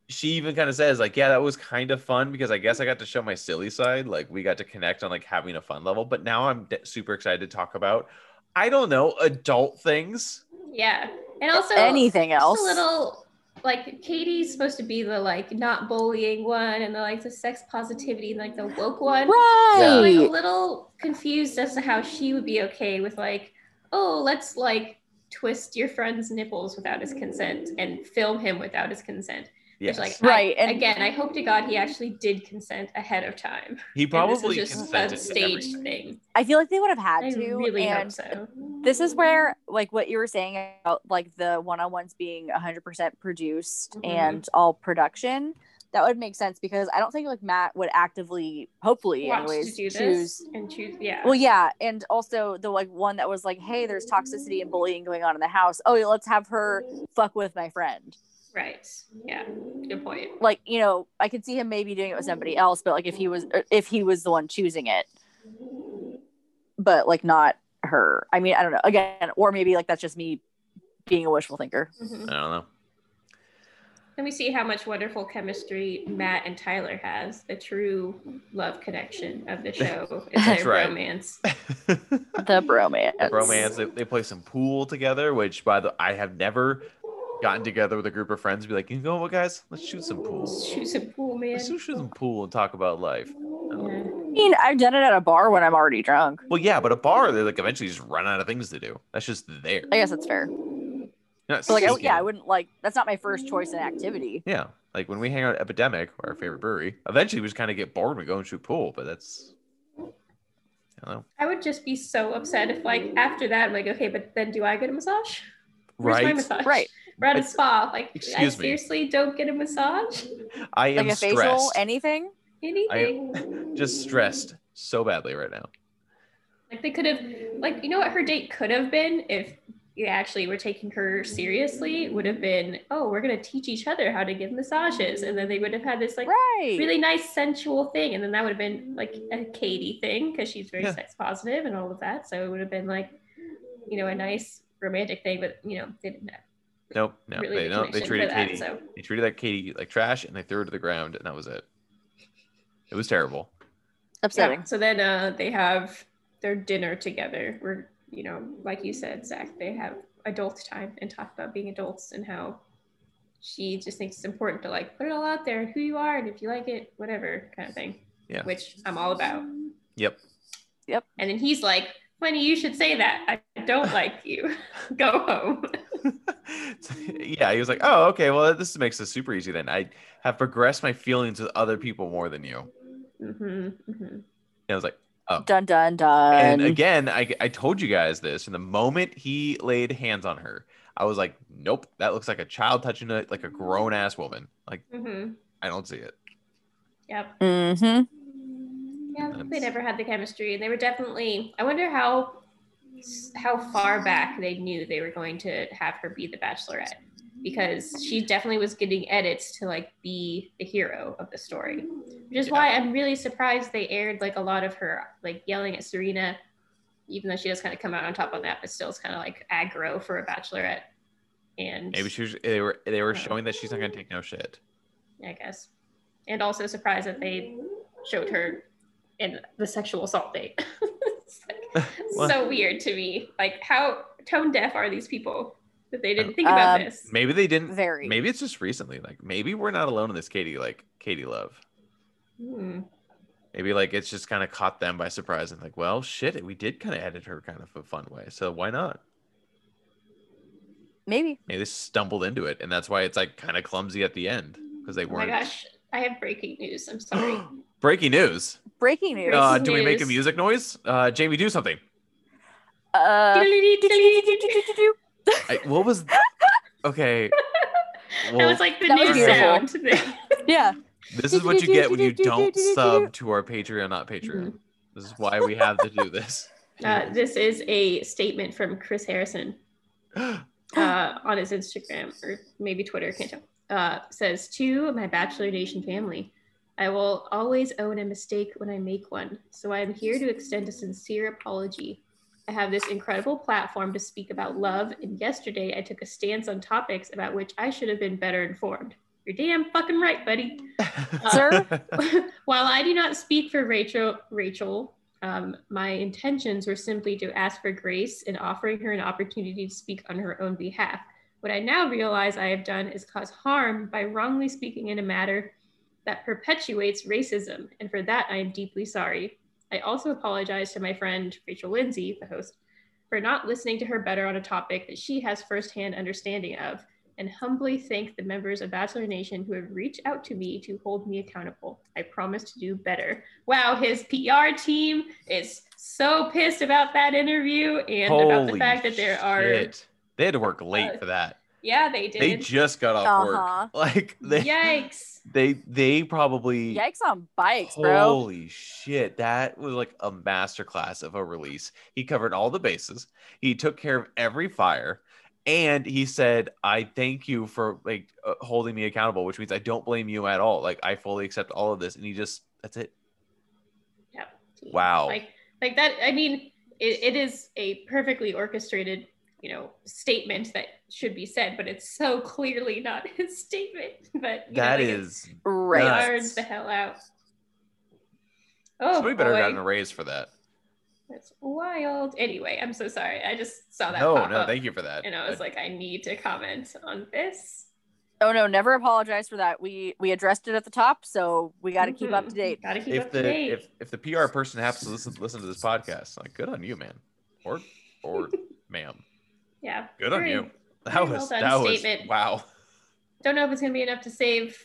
Speaker 1: she even kind of says like yeah that was kind of fun because i guess i got to show my silly side like we got to connect on like having a fun level but now i'm d- super excited to talk about i don't know adult things
Speaker 2: yeah. And also
Speaker 3: anything
Speaker 2: just
Speaker 3: else?
Speaker 2: a little like Katie's supposed to be the like not bullying one and the like the sex positivity and like the woke one. I'm like
Speaker 3: right.
Speaker 2: a little confused as to how she would be okay with like, oh, let's like twist your friend's nipples without his consent and film him without his consent.
Speaker 1: yes
Speaker 2: Which, like,
Speaker 3: Right,
Speaker 2: I,
Speaker 3: and-
Speaker 2: again, I hope to God he actually did consent ahead of time.
Speaker 1: he probably
Speaker 2: and this is just
Speaker 1: consented
Speaker 2: a
Speaker 1: to
Speaker 2: staged
Speaker 1: everything.
Speaker 2: thing.
Speaker 3: I feel like they would have had
Speaker 2: I
Speaker 3: to.
Speaker 2: really hope
Speaker 3: and
Speaker 2: so.
Speaker 3: this is where like what you were saying about like the one-on-ones being 100% produced
Speaker 2: Mhm.
Speaker 3: and all production that would make sense because i don't think like matt would actively hopefully
Speaker 2: Watch
Speaker 3: anyways
Speaker 2: to do this
Speaker 3: choose
Speaker 2: and choose. Yeah.
Speaker 3: well yeah and also the like one that was like hey there's toxicity and bullying going on in the house oh yeah, let's have her fuck with my friend
Speaker 2: Right. Yeah. Good point.
Speaker 3: like you know i could see him maybe doing it with somebody else but like if he was or if he was the one choosing it but like not her i mean i don't know again or maybe like that's just me being a wishful thinker
Speaker 2: Mhm.
Speaker 1: i don't know
Speaker 2: Let me see how much wonderful chemistry Matt and Tyler has. The true love connection of the
Speaker 1: [LAUGHS]
Speaker 2: show is
Speaker 1: That's
Speaker 2: their
Speaker 1: right.
Speaker 2: romance.
Speaker 3: the bromance.
Speaker 1: romance they, they play some pool together which by the i have never gotten together with a group of friends and be like you know what guys let's shoot some pool
Speaker 2: She's a cool man.
Speaker 1: let's shoot some pool and talk about life
Speaker 2: Yeah.
Speaker 3: I mean, I've done it at a bar when I'm already drunk.
Speaker 1: Well, yeah, but a bar, they like eventually just run out of things to do. That's just there.
Speaker 3: I guess that's fair.
Speaker 1: You're not
Speaker 3: So like, I,
Speaker 1: seeking.
Speaker 3: yeah, I wouldn't like. That's not my first choice in activity.
Speaker 1: yeah, Like when we hang out at Epidemic, our favorite brewery, eventually we just kind of get bored and we go and shoot pool, but that's, I don't know.
Speaker 2: I would just be so upset if, like, after that, I'm like, okay, but then do I get a massage? Where's my
Speaker 1: Right.
Speaker 2: massage?
Speaker 3: Right.
Speaker 2: We're at a
Speaker 1: I-
Speaker 2: spa. Like, I
Speaker 1: Excuse me.
Speaker 2: seriously don't get a massage?
Speaker 1: I am
Speaker 3: Like a
Speaker 1: stressed.
Speaker 3: facial, anything.
Speaker 2: Anything?
Speaker 1: just stressed so badly right now.
Speaker 2: Like, they could have, like, you know what her date could have been if you actually were taking her seriously? Would have been, oh, we're going to teach each other how to give massages. And then they would have had this, like,
Speaker 3: right.
Speaker 2: really nice sensual thing and then that would have been like a katie thing because she's very
Speaker 1: Yeah.
Speaker 2: sex positive and all of that so it would have been like you know a nice romantic thing but you know they didn't have
Speaker 1: Nope, no,
Speaker 2: really
Speaker 1: they
Speaker 2: the
Speaker 1: don't. They
Speaker 2: connection
Speaker 1: treated
Speaker 2: for that
Speaker 1: Katie.
Speaker 2: so
Speaker 1: They treated that Katie like trash, and they threw her to the ground, and that was it. It was terrible.
Speaker 3: Upsetting.
Speaker 2: yeah. so then uh they have their dinner together where you know like you said zach they have adult time and talk about being adults and how she just thinks it's important to like put it all out there and who you are and if you like it whatever kind of thing
Speaker 1: Yeah.
Speaker 2: which i'm all about
Speaker 1: Yep. [LAUGHS]
Speaker 2: And then he's like, Funny, you should say that. I don't like you. [LAUGHS] Go home.
Speaker 1: So, yeah, he was like, "Oh, okay. Well, this makes this super easy. Then I have progressed my feelings with other people more than you." And
Speaker 2: hmm hmm
Speaker 1: I was like,
Speaker 3: Dun dun dun.
Speaker 1: and again, I I told you guys this. And the moment he laid hands on her, I was like, "Nope, that looks like a child touching a like a grown ass woman. Like
Speaker 2: hmm
Speaker 1: I don't see it."
Speaker 2: Yep.
Speaker 3: hmm
Speaker 2: Yeah, they
Speaker 1: That's-
Speaker 2: never had the chemistry, and they were definitely. I wonder how how far back they knew they were going to have her be the bachelorette, because she definitely was getting edits to like be the hero of the story, which is why I'm really surprised they aired like a lot of her like yelling at Serena, even though she does kind of come out on top on that, but still it's kind of like aggro for a bachelorette, and
Speaker 1: Maybe she was, they were they were
Speaker 2: Yeah.
Speaker 1: showing that she's not gonna take no shit.
Speaker 2: I guess, and also surprised that they showed her in the sexual assault date. It's like
Speaker 1: Well-
Speaker 2: so weird to me. Like, how tone deaf are these people that they didn't think about
Speaker 3: Um,
Speaker 2: this?
Speaker 1: Maybe they didn't.
Speaker 3: Very.
Speaker 1: Maybe it's just recently. Like maybe we're not alone in this, Katie. Like Katie Love.
Speaker 2: Hmm.
Speaker 1: Maybe like it's just kind of caught them by surprise and like, well, shit, we did kind of edit her kind of a fun way. So why not?
Speaker 3: Maybe.
Speaker 1: Maybe they stumbled into it, and that's why it's like kind of clumsy at the end because they
Speaker 2: Oh my
Speaker 1: weren't.
Speaker 2: gosh, I have breaking news. I'm sorry.
Speaker 1: Breaking news.
Speaker 3: Breaking news.
Speaker 1: Uh,
Speaker 2: Breaking
Speaker 1: do we make a
Speaker 2: news.
Speaker 1: music noise? Uh, Jamie, do something.
Speaker 2: [LAUGHS]
Speaker 3: Uh, [LAUGHS]
Speaker 2: that
Speaker 1: I, what was? Okay. Well,
Speaker 2: was like the
Speaker 3: That was
Speaker 2: new
Speaker 1: beautiful.
Speaker 2: sound. thing.
Speaker 3: yeah.
Speaker 1: this is what you get when you don't sub to our Patreon, not Patreon. This is why we have to do this. [LAUGHS]
Speaker 2: Uh, this is a statement from Chris Harrison. uh, on his Instagram or maybe Twitter, can't tell, uh, says to my Bachelor Nation family, I will always own a mistake when I make one. So I am here to extend a sincere apology. I have this incredible platform to speak about love, and yesterday I took a stance on topics about which I should have been better informed. You're damn fucking right, buddy.
Speaker 3: Sir?
Speaker 2: [LAUGHS] While I do not speak for Rachel, Rachel, um, my intentions were simply to ask for grace in offering her an opportunity to speak on her own behalf. What I now realize I have done is cause harm by wrongly speaking in a matter that perpetuates racism, and for that I am deeply sorry. I also apologize to my friend Rachel Lindsay, the host, for not listening to her better on a topic that she has firsthand understanding of, and humbly thank the members of Bachelor Nation who have reached out to me to hold me accountable. I promise to do better. Wow, his PR team is so pissed about that interview and about the
Speaker 1: Holy
Speaker 2: fact that there are
Speaker 1: shit. They had to work late
Speaker 2: Uh,
Speaker 1: for that.
Speaker 2: yeah, they did.
Speaker 1: They just got off
Speaker 3: Uh-huh.
Speaker 1: work. [LAUGHS] Like they,
Speaker 2: Yikes.
Speaker 1: they, they probably.
Speaker 3: Yikes on bikes, bro.
Speaker 1: Holy shit. That was like a masterclass of a release. He covered all the bases. He took care of every fire. And he said, I thank you for like uh, holding me accountable, which means I don't blame you at all. Like I fully accept all of this. And he just, that's it. Wow.
Speaker 2: Like like that I mean it, it is a perfectly orchestrated, you know, statement that should be said, but it's so clearly not [LAUGHS] his statement. But you
Speaker 1: That
Speaker 2: know, like it
Speaker 1: is.
Speaker 3: Right.
Speaker 2: blurs the hell out. Oh,
Speaker 1: somebody better
Speaker 2: boy.
Speaker 1: gotten a raise for that.
Speaker 2: that's wild. Anyway, I'm so sorry. I just saw that.
Speaker 1: No,
Speaker 2: pop
Speaker 1: no,
Speaker 2: up,
Speaker 1: thank you for that.
Speaker 2: And I was like, I need to comment on this.
Speaker 3: Oh no, never apologize for that. We we addressed it at the top, so we got to keep up
Speaker 2: Mhm.
Speaker 3: to date.
Speaker 2: Gotta keep
Speaker 1: if
Speaker 2: up to date.
Speaker 1: the if, if the PR person happens to listen listen to this podcast, like good on you, man, or
Speaker 2: [LAUGHS]
Speaker 1: or ma'am,
Speaker 2: yeah.
Speaker 1: good on
Speaker 2: Very-
Speaker 1: you. That
Speaker 2: very well
Speaker 1: was
Speaker 2: done
Speaker 1: that
Speaker 2: statement.
Speaker 1: was wow.
Speaker 2: Don't know if it's gonna be enough to save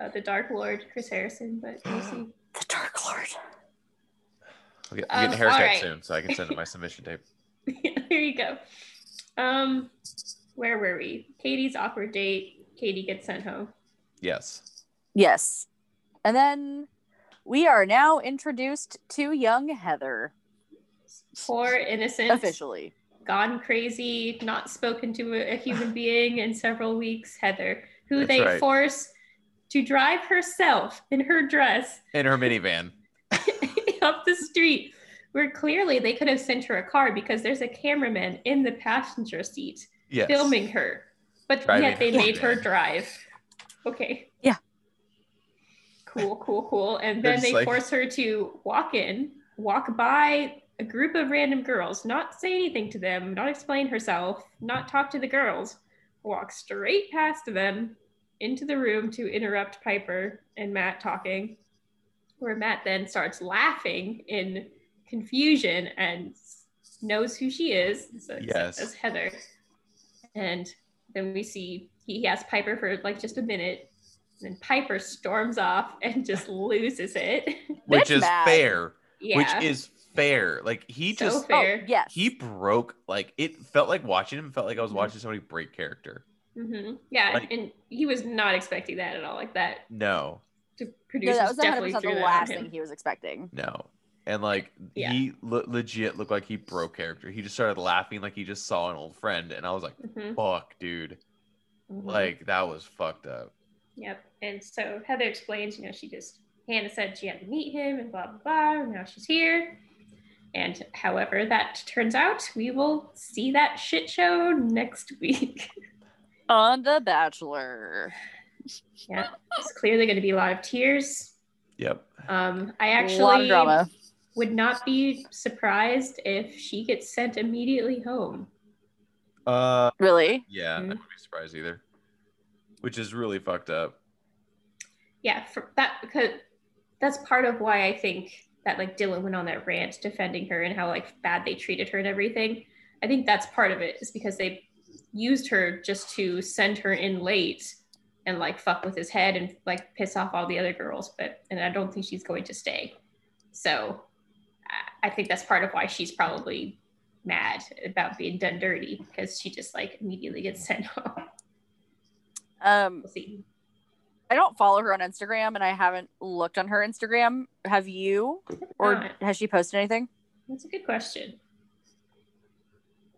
Speaker 2: uh, the Dark Lord Chris Harrison, but we'll see.
Speaker 3: The Dark Lord.
Speaker 1: I'll get, I'm
Speaker 2: Um,
Speaker 1: getting a haircut
Speaker 2: alright.
Speaker 1: soon, so I can send
Speaker 2: [LAUGHS]
Speaker 1: it my submission tape.
Speaker 2: there you go. Um, where were we? Katie's awkward date. Katie gets sent home.
Speaker 1: Yes.
Speaker 3: Yes. And then we are now introduced to young Heather
Speaker 2: Poor innocent,
Speaker 3: officially.
Speaker 2: gone crazy, not spoken to a, a human being in several weeks. Heather, who
Speaker 1: That's
Speaker 2: they
Speaker 1: right.
Speaker 2: force to drive herself in her dress [LAUGHS]
Speaker 1: In her minivan.
Speaker 2: up the street, where clearly they could have sent her a car because there's a cameraman in the passenger seat
Speaker 1: Yes.
Speaker 2: filming her, but
Speaker 1: Driving
Speaker 2: yet they
Speaker 1: her.
Speaker 2: made her drive. Okay.
Speaker 3: Yeah.
Speaker 2: Cool, cool, cool. And
Speaker 1: They're
Speaker 2: then
Speaker 1: just
Speaker 2: they
Speaker 1: like-
Speaker 2: force her to walk in, walk by a group of random girls, not say anything to them, not explain herself, not talk to the girls, walk straight past them into the room to interrupt Piper and Matt talking, where Matt then starts laughing in confusion and knows who she is. So it's-
Speaker 1: Yes.
Speaker 2: it's Heather. And then we see he, he asks Piper for like just a minute. And then Piper storms off
Speaker 1: [LAUGHS]
Speaker 2: and just loses it. [LAUGHS]
Speaker 1: Which
Speaker 3: That's
Speaker 1: is
Speaker 3: bad.
Speaker 1: fair.
Speaker 2: yeah.
Speaker 1: Which is fair. Like he
Speaker 2: So
Speaker 1: just
Speaker 2: fair.
Speaker 3: Oh, yes.
Speaker 1: he broke like it felt like watching him felt like I was watching
Speaker 2: Mm-hmm.
Speaker 1: somebody break character.
Speaker 2: hmm Yeah.
Speaker 1: Like-
Speaker 2: and he was not expecting that at all. Like that
Speaker 1: No.
Speaker 2: the
Speaker 3: no,
Speaker 2: producers
Speaker 3: that was
Speaker 2: definitely
Speaker 3: 100% the
Speaker 2: threw that
Speaker 3: last
Speaker 2: on him.
Speaker 3: thing he was expecting.
Speaker 1: No. And like
Speaker 2: Yeah.
Speaker 1: he le- legit looked like he broke character. He just started laughing like he just saw an old friend and I was like,
Speaker 2: Mhm.
Speaker 1: "Fuck, dude.
Speaker 2: Mhm.
Speaker 1: Like that was fucked up."
Speaker 2: Yep. And so Heather explains, you know, she just Hannah said she had to meet him and blah blah blah. And now she's here. And however that turns out, we will see that shit show next [LAUGHS] week.
Speaker 3: On The Bachelor.
Speaker 2: yeah. It's clearly gonna be a lot of tears.
Speaker 1: Yep.
Speaker 2: Um I
Speaker 3: a lot of
Speaker 2: actually
Speaker 3: drama.
Speaker 2: would not be surprised if she gets sent immediately home.
Speaker 1: Uh
Speaker 3: Really?
Speaker 1: yeah, I
Speaker 2: Mhm.
Speaker 1: wouldn't be surprised either. Which is really fucked up.
Speaker 2: yeah for that because that's part of why i think that like dylan went on that rant defending her and how like bad they treated her and everything i think that's part of it is because they used her just to send her in late and like fuck with his head and like piss off all the other girls but and i don't think she's going to stay so I- i think that's part of why she's probably mad about being done dirty because she just like immediately gets sent [LAUGHS] home
Speaker 3: Um,
Speaker 2: we'll see
Speaker 3: I don't follow her on Instagram and I haven't looked on her Instagram. Have you? Or
Speaker 2: Not.
Speaker 3: has she posted anything?
Speaker 2: that's a good question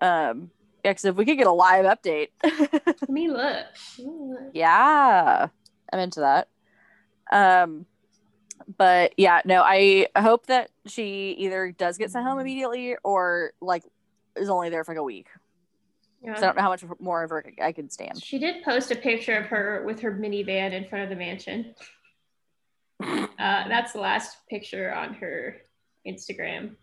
Speaker 3: Um, yeah, 'cause if we could get a live update. [LAUGHS]
Speaker 2: let me look, Let me look.
Speaker 3: yeah. I'm into that. Um, but yeah, no, I hope that she either does get sent home immediately or like is only there for like a week.
Speaker 2: Yeah.
Speaker 3: So I don't know how much more of her I can stand.
Speaker 2: She did post a picture of her with her minivan in front of the mansion. Uh, that's the last picture on her Instagram.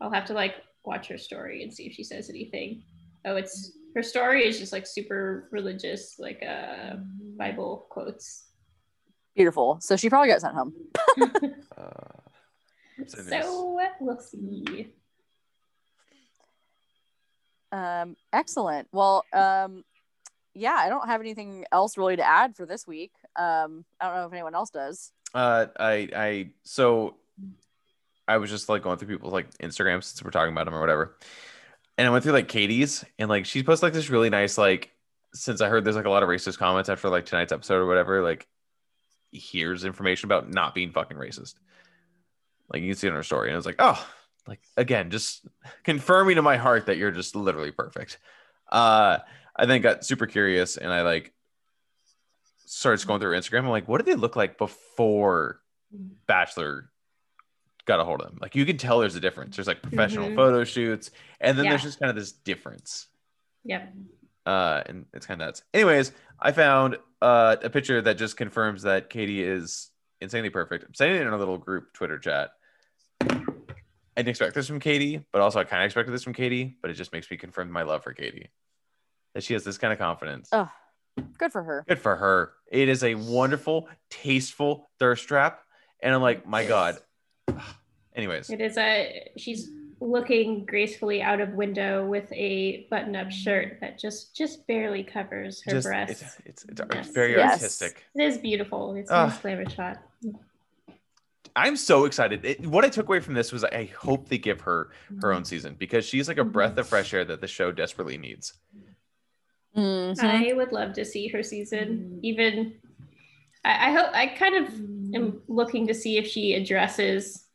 Speaker 2: I'll have to like watch her story and see if she says anything. Oh, it's her story is just like super religious, like uh, Bible quotes.
Speaker 3: Beautiful. So she probably got sent home.
Speaker 1: Uh, so there's-
Speaker 2: So we'll see.
Speaker 3: Um, excellent. Well, um, yeah, I don't have anything else really to add for this week. Um, I don't know if anyone else does.
Speaker 1: Uh, I, I, so I was just like going through people's like Instagram since we're talking about them or whatever. And I went through like Katie's and like she posted like this really nice, like, since I heard there's like a lot of racist comments after like tonight's episode or whatever, like, here's information about not being fucking racist. Like, you can see it in her story. And I was like, oh, like, again, just confirming to my heart that you're just literally perfect. Uh, I then got super curious and I like started scrolling through her Instagram. I'm like, what did they look like before Bachelor got a hold of them? Like, you can tell there's a difference. There's like professional
Speaker 2: Mhm.
Speaker 1: photo shoots, and then
Speaker 2: Yeah.
Speaker 1: there's just kind of this difference.
Speaker 2: Yep.
Speaker 1: Uh, and it's kind of nuts. Anyways, I found uh, a picture that just confirms that Katie is insanely perfect. I'm sending it in our little group Twitter chat. I didn't expect this from Katie, but also I kind of expected this from Katie, but it just makes me confirm my love for Katie. That she has this kind of confidence.
Speaker 3: Oh, good for her.
Speaker 1: Good for her. It is a wonderful, tasteful thirst trap. And I'm like, my God. Anyways,
Speaker 2: It is a she's looking gracefully out of window with a button-up shirt that just just barely covers her
Speaker 1: Just it's
Speaker 2: breasts.
Speaker 1: it's, it's, ar-
Speaker 2: Yes.
Speaker 1: very
Speaker 3: Yes.
Speaker 1: artistic.
Speaker 2: It is beautiful. It's a
Speaker 1: Ugh.
Speaker 2: nice glamour shot.
Speaker 1: I'm so excited. It, what I took away from this was I hope they give her her own season because she's like a breath of fresh air that the show desperately needs.
Speaker 3: Mhm.
Speaker 2: I would love to see her
Speaker 3: Mm-hmm.
Speaker 2: season. Even I, I hope I kind of am looking to see if she addresses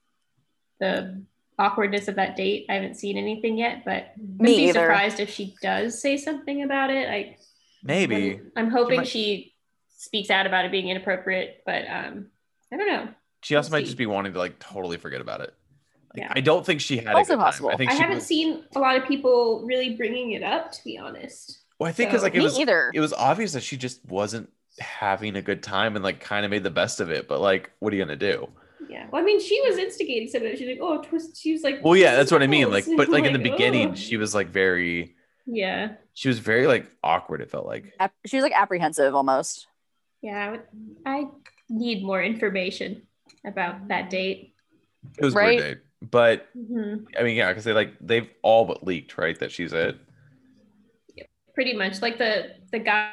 Speaker 2: the awkwardness of that date. I haven't seen anything yet, but I'd
Speaker 3: Me
Speaker 2: be
Speaker 3: either.
Speaker 2: surprised if she does say something about it. I
Speaker 1: Maybe
Speaker 2: I'm, I'm hoping she,
Speaker 1: might-
Speaker 2: speaks out about it being inappropriate, but um I don't know.
Speaker 1: she also
Speaker 2: we'll
Speaker 1: might
Speaker 2: see.
Speaker 1: just be wanting to like totally forget about it. Like,
Speaker 2: Yeah.
Speaker 1: I don't think she had
Speaker 3: Also
Speaker 1: a good time.
Speaker 3: possible.
Speaker 1: I think
Speaker 2: I
Speaker 1: she
Speaker 2: haven't
Speaker 1: was-
Speaker 2: seen a lot of people really bringing it up to be honest.
Speaker 1: Well, I think because
Speaker 2: so-
Speaker 1: like it
Speaker 3: Me
Speaker 1: was
Speaker 3: either.
Speaker 1: it was obvious that she just wasn't having a good time and like kind of made the best of it. But like, what are you gonna do?
Speaker 2: Yeah. Well, I mean, she was instigating some of it. She's like, oh, twist. She was like,
Speaker 1: Well, yeah, that's
Speaker 2: twist
Speaker 1: what I mean.
Speaker 2: [LAUGHS]
Speaker 1: Like,
Speaker 2: ankles.
Speaker 1: but like in the
Speaker 2: oh.
Speaker 1: beginning, she was like very,
Speaker 2: Yeah.
Speaker 1: she was very like awkward. It felt like.
Speaker 3: Ap- she was like apprehensive almost.
Speaker 2: Yeah. I, would, I need more information about that date.
Speaker 1: It was a
Speaker 3: Right.
Speaker 1: weird date. But
Speaker 2: Mhm.
Speaker 1: I mean, yeah, because they like they've all but leaked, right? That she's it.
Speaker 2: Pretty much like the the guy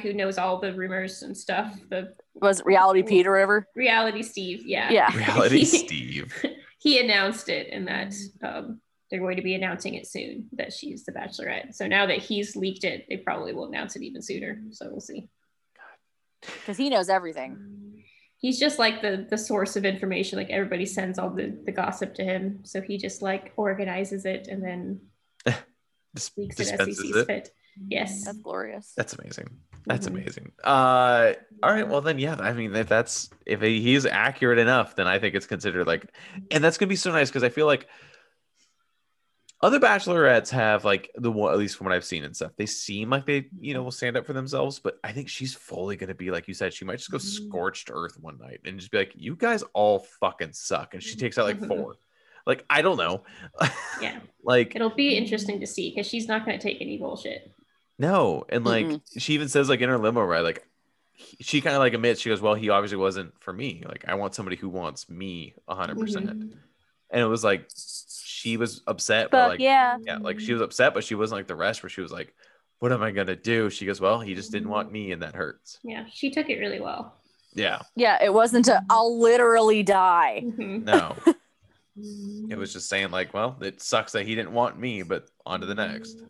Speaker 2: who knows all the rumors and stuff, the
Speaker 3: Was it reality
Speaker 2: Ooh.
Speaker 3: Pete or whatever?
Speaker 2: reality Steve. Yeah.
Speaker 3: [LAUGHS] Yeah.
Speaker 1: Reality
Speaker 2: He-
Speaker 1: Steve.
Speaker 2: He announced it and that um, they're going to be announcing it soon that she's the bachelorette. So now that he's leaked it, they probably will announce it even sooner. So we'll see.
Speaker 3: Because he knows everything.
Speaker 2: he's just like the the source of information like everybody sends all the the gossip to him so he just like organizes it and then
Speaker 1: Dis-
Speaker 2: leaks it as he
Speaker 1: dispenses
Speaker 2: sees
Speaker 1: it.
Speaker 2: fit yes
Speaker 3: That's glorious.
Speaker 1: That's amazing. That's
Speaker 2: Mhm.
Speaker 1: amazing. Uh, all right. Well, then, yeah. I mean, if that's if he's accurate enough, then I think it's considered like, and that's gonna be so nice because I feel like other bachelorettes have like the one at least from what I've seen and stuff. They seem like they you know will stand up for themselves, but I think she's fully gonna be like you said. She might just go scorched earth one night and just be like, "You guys all fucking suck," and she takes out like
Speaker 2: Mhm.
Speaker 1: four. Like I don't know.
Speaker 2: yeah
Speaker 1: [LAUGHS] Like
Speaker 2: it'll be interesting to see because she's not going to take any bullshit
Speaker 1: No, and like
Speaker 3: Mm-mm.
Speaker 1: she even says like in her limo ride, like he- she kind of like admits she goes, "Well, he obviously wasn't for me. Like I want somebody who wants me 100 percent."
Speaker 2: Mhm.
Speaker 1: And it was like she was upset, but
Speaker 3: Fuck
Speaker 1: like yeah.
Speaker 3: yeah.
Speaker 1: like she was upset, but she wasn't like the rest where she was like, "What am I gonna do?" She goes, "Well, he just didn't want me, and that hurts."
Speaker 2: yeah she took it really well
Speaker 1: Yeah,
Speaker 3: Yeah, it wasn't a I'll literally die.
Speaker 2: Mhm.
Speaker 1: no, it was just saying like, "Well, it sucks that he didn't want me, but on to the next."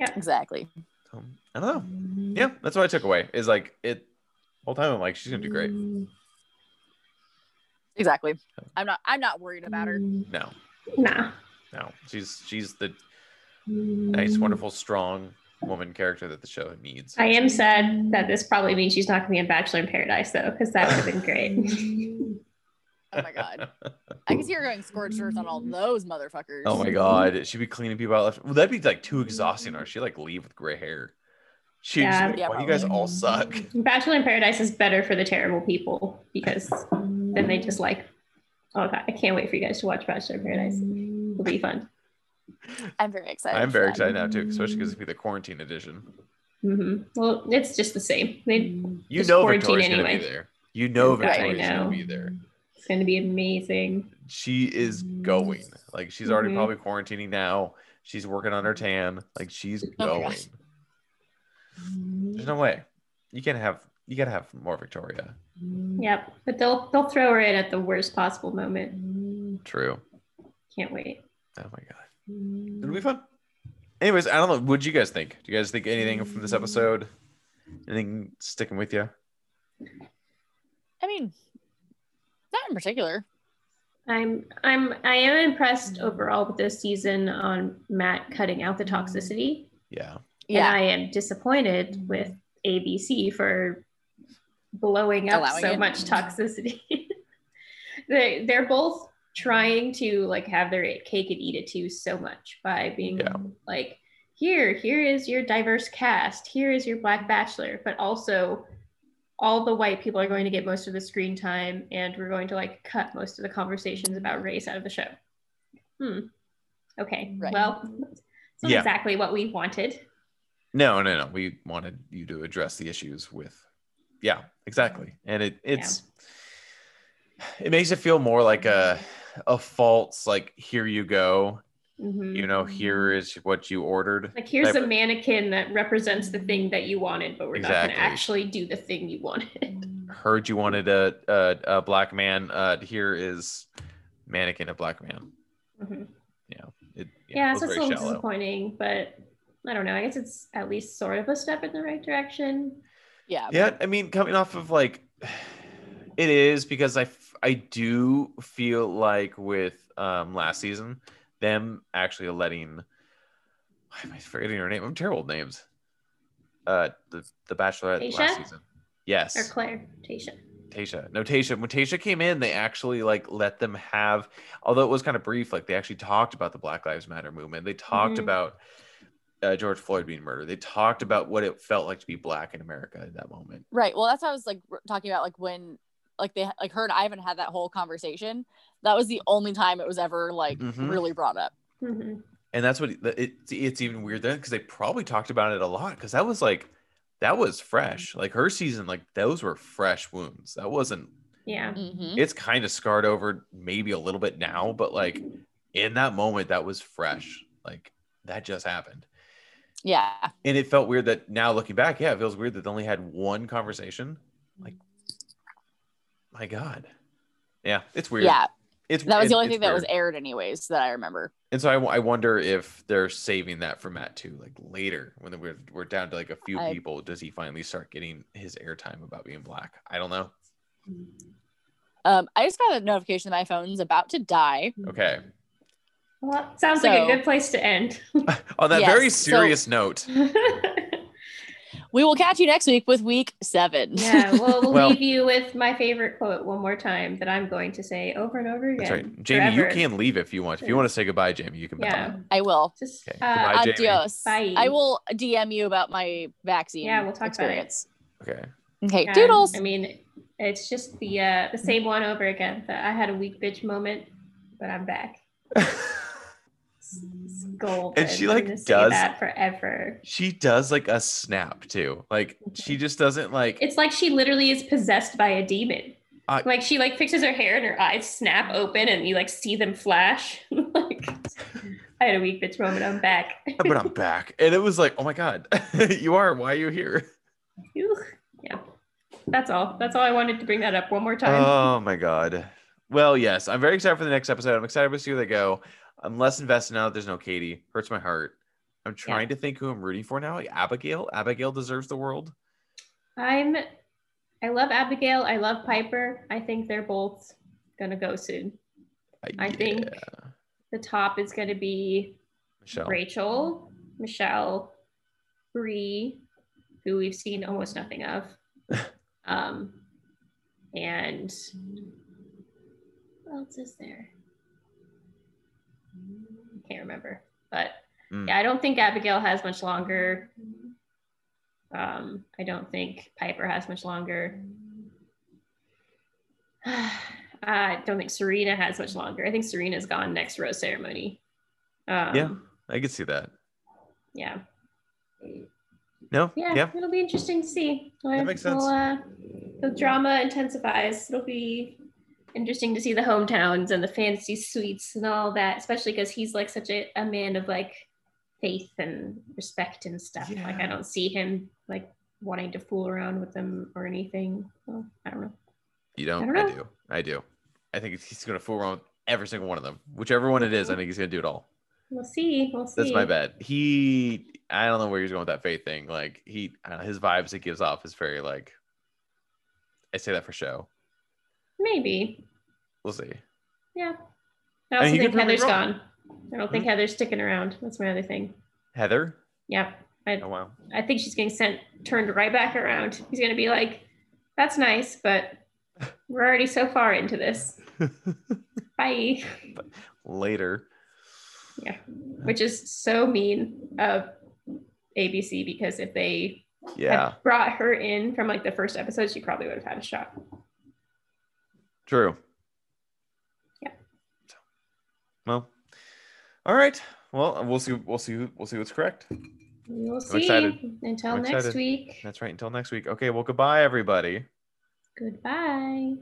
Speaker 3: Exactly.
Speaker 1: So, I don't know. Oh, Yeah, that's what I took away. Is like it whole time. I'm like, she's gonna do great.
Speaker 3: Exactly. I'm not I'm not worried about her.
Speaker 1: No,
Speaker 2: nah
Speaker 1: No, she's she's the nice, wonderful, strong woman character that the show needs.
Speaker 2: Mm. i am sad that this probably means she's not going to be in bachelor in paradise though because that would have been
Speaker 1: [LAUGHS]
Speaker 2: great
Speaker 3: Oh my god. I can see her going scorched earth on all those motherfuckers.
Speaker 1: oh my god, she'd be cleaning people out left. Well, that'd be like too exhausting. Or she like leave with gray hair. She's
Speaker 2: Yeah.
Speaker 1: like,
Speaker 3: Yeah,
Speaker 1: "Why you guys all suck.
Speaker 2: Bachelor in Paradise is better for the terrible people because then they just like, oh god, I can't wait for you guys to watch Bachelor in Paradise. It'll be fun.
Speaker 3: I'm very excited.
Speaker 1: [LAUGHS] I'm
Speaker 3: for
Speaker 1: very
Speaker 3: that.
Speaker 1: excited now too, especially because it'd be the quarantine edition.
Speaker 2: hmm Well, it's just the same. They,
Speaker 1: You
Speaker 2: It's
Speaker 1: know
Speaker 2: quarantine
Speaker 1: Victoria's gonna be
Speaker 2: anyway.
Speaker 1: there. You know
Speaker 2: Right, I
Speaker 1: Victoria's
Speaker 2: know.
Speaker 1: gonna be there.
Speaker 2: it's going to be amazing.
Speaker 1: She is going. Like she's already
Speaker 2: Mhm.
Speaker 1: probably quarantining now. She's working on her tan. Like she's
Speaker 3: my
Speaker 1: going.
Speaker 3: gosh.
Speaker 1: There's no way. You can't have you gotta have more Victoria.
Speaker 2: Yep. But they'll they'll throw her in at the worst possible moment.
Speaker 1: True.
Speaker 2: Can't wait.
Speaker 1: Oh my god, it'll be fun. Anyways, I don't know. What do you guys think? Do you guys think anything from this episode? Anything sticking with you?
Speaker 3: I mean, not in particular.
Speaker 2: I'm I'm I am impressed overall with this season on Matt cutting out the toxicity.
Speaker 1: Yeah,
Speaker 3: Yeah.
Speaker 2: And I am disappointed with ABC for blowing up
Speaker 3: Allowing
Speaker 2: so
Speaker 3: it.
Speaker 2: much toxicity. [LAUGHS] they they're both trying to like have their cake and eat it too so much by being
Speaker 1: Yeah.
Speaker 2: like here here is your diverse cast here is your black bachelor but also all the white people are going to get most of the screen time and we're going to like cut most of the conversations about race out of the show hmm okay
Speaker 3: Right.
Speaker 2: well it's not
Speaker 1: Yeah.
Speaker 2: exactly what we wanted
Speaker 1: no, no, no. We wanted you to address the issues with. Yeah, exactly. And it it's it makes it feel more like a a false like here you go
Speaker 2: Mhm.
Speaker 1: you know here is what you ordered
Speaker 2: Like here's
Speaker 1: Type-
Speaker 2: a mannequin that represents the thing that you wanted, but we're not
Speaker 1: Exactly.
Speaker 2: gonna actually do the thing you wanted. [LAUGHS]
Speaker 1: heard you wanted a a, a black man uh here is mannequin a black man
Speaker 2: Mhm.
Speaker 1: it
Speaker 2: Yeah,
Speaker 1: it
Speaker 2: so
Speaker 1: was
Speaker 2: it's a
Speaker 1: very
Speaker 2: little
Speaker 1: shallow
Speaker 2: disappointing, but I don't know. I guess it's at least sort of a step in the right direction.
Speaker 3: Yeah.
Speaker 1: yeah i mean coming off of like [SIGHS] it is because i f- i do feel like with um last season them actually letting why am i forgetting her name i'm terrible with names uh the the bachelorette last
Speaker 2: Tayshia?
Speaker 1: season yes
Speaker 2: Or Claire, Tasha.
Speaker 1: Tasha. No, Tasha. When Tasha came in, they actually like let them have, although it was kind of brief, like they actually talked about the Black Lives Matter movement. They talked
Speaker 2: Mhm.
Speaker 1: about uh, George Floyd being murdered. They talked about what it felt like to be black in America at that moment.
Speaker 3: Right. Well, that's what I was like r- talking about, like when, like they, like her and Ivan had that whole conversation. That was the only time it was ever like
Speaker 1: Mhm.
Speaker 3: really brought up.
Speaker 2: hmm
Speaker 1: And that's what it, it's- it's even weird then because they probably talked about it a lot because that was like, that was
Speaker 3: Mm-hmm.
Speaker 1: fresh. Like her season, like those were fresh wounds. That wasn't,
Speaker 2: Yeah.
Speaker 3: Mm-hmm.
Speaker 1: it's kind of scarred over maybe a little bit now, but like in that moment, that was fresh. Like that just happened.
Speaker 3: Yeah.
Speaker 1: and it felt weird that now looking back, yeah, it feels weird that they only had one conversation. Like, my God, yeah, it's weird.
Speaker 3: Yeah.
Speaker 1: it's
Speaker 3: That was the
Speaker 1: it-
Speaker 3: only
Speaker 1: it's
Speaker 3: thing that was
Speaker 1: weird.
Speaker 3: aired, anyways, that I remember.
Speaker 1: And so I, w- I wonder if they're saving that for Matt too, like later when we're we're down to like a few
Speaker 3: I-
Speaker 1: people. Does he finally start getting his airtime about being black? I don't know.
Speaker 2: Mm-hmm.
Speaker 3: Um, I just got a notification that my phone's about to die.
Speaker 1: Okay.
Speaker 2: Well, it sounds like a
Speaker 3: So-
Speaker 2: good place to end.
Speaker 1: On that very
Speaker 3: Yes, so-
Speaker 1: serious note,
Speaker 3: We will catch you next week with week seven.
Speaker 2: [LAUGHS] [LAUGHS] yeah, well, we'll
Speaker 1: Well-
Speaker 2: leave you with my favorite quote one more time that I'm going to say over and over again.
Speaker 1: that's right, Jamie.
Speaker 2: forever.
Speaker 1: You can leave if you want. If you want to say goodbye, Jamie, you can. bow
Speaker 2: Yeah.
Speaker 1: out.
Speaker 3: [LAUGHS] I will.
Speaker 2: Just
Speaker 1: Okay,
Speaker 2: uh,
Speaker 1: goodbye. Bye, Jamie.
Speaker 3: Adios.
Speaker 2: Bye.
Speaker 3: I will DM you about my vaccine.
Speaker 2: Yeah, we'll talk about it.
Speaker 3: experience.
Speaker 1: Okay.
Speaker 3: Okay.
Speaker 2: yeah,
Speaker 3: Doodles.
Speaker 2: Um, I mean, it's just the uh, the same one over again. That I had a weak bitch moment, but I'm back. It's, it's golden.
Speaker 1: And she,
Speaker 2: I'm
Speaker 1: like,
Speaker 2: gonna say
Speaker 1: does-
Speaker 2: that forever.
Speaker 1: [LAUGHS] She does like a snap too. Like she just doesn't like.
Speaker 2: It's like she literally is possessed by a demon.
Speaker 1: I-
Speaker 2: like she like fixes her hair and her eyes snap open and you like see them flash. [LAUGHS] like I had a weak bitch moment. I'm back.
Speaker 1: but I'm back. And it was like, oh my God, [LAUGHS] you are. Why are you here?
Speaker 2: Phew. yeah, that's all. That's all I wanted to bring that up one more time.
Speaker 1: Oh my God. Well, yes, I'm very excited for the next episode. I'm excited to see where they go. I'm less invested now that there's no Katie. Hurts my heart. I'm trying to think who I'm rooting for now. Like Abigail. Abigail deserves the world.
Speaker 2: I'm I love Abigail. I love Piper. I think they're both gonna go soon. I think
Speaker 1: yeah,
Speaker 2: the top is gonna be
Speaker 1: Michelle.
Speaker 2: Rachel, Michelle, Bree, who we've seen almost
Speaker 1: [LAUGHS]
Speaker 2: nothing of. um and what else is there? I can't remember. But
Speaker 1: Mm.
Speaker 2: yeah, I don't think Abigail has much longer. Um, I don't think Piper has much longer. [SIGHS] I don't think Serena has much longer. I think Serena's gone next rose ceremony. Um,
Speaker 1: Yeah. I could see that.
Speaker 2: yeah.
Speaker 1: No.
Speaker 2: Yeah,
Speaker 1: Yeah.
Speaker 2: it'll be interesting to see. Well,
Speaker 1: makes
Speaker 2: it'll,
Speaker 1: sense.
Speaker 2: uh, the drama intensifies. It'll be interesting to see the hometowns and the fancy suites and all that, especially because he's like such a, a man of like faith and respect and stuff. Like I
Speaker 1: Yeah.
Speaker 2: don't see him like wanting to fool around with them or anything. Well, I don't know.
Speaker 1: You don't.
Speaker 2: don't
Speaker 1: I,
Speaker 2: know.
Speaker 1: do. I do. I think he's gonna fool around with every single one of them, whichever one it is. I think he's gonna do it all.
Speaker 2: We'll see. We'll see.
Speaker 1: That's my bet. He, I don't know where he's going with that faith thing. Like he, I don't know, his vibes he gives off is very like. I say that for show.
Speaker 2: Maybe.
Speaker 1: We'll see.
Speaker 2: Yeah. I
Speaker 1: And
Speaker 2: also
Speaker 1: he could
Speaker 2: think
Speaker 1: prove me
Speaker 2: Heather's
Speaker 1: wrong. Hmm?
Speaker 2: gone. I don't think Heather's sticking around. That's my other thing.
Speaker 1: Heather.
Speaker 2: Yeah. I,
Speaker 1: Oh wow.
Speaker 2: I think she's getting sent turned right back around. He's gonna be like, "That's nice, but we're already so far
Speaker 1: [LAUGHS]
Speaker 2: into this." Bye.
Speaker 1: Later.
Speaker 2: Yeah, which is so mean of ABC because if they
Speaker 1: Yeah.
Speaker 2: had brought her in from like the first episode, she probably would have had a shot.
Speaker 1: True.
Speaker 2: Yeah.
Speaker 1: So, Well. All right. Well, we'll see. We'll see. We'll see what's correct.
Speaker 2: We'll see.
Speaker 1: excited.
Speaker 2: Until
Speaker 1: I'm
Speaker 2: next
Speaker 1: excited.
Speaker 2: week.
Speaker 1: That's right. Until next week. Okay. Well, goodbye, everybody.
Speaker 2: Goodbye.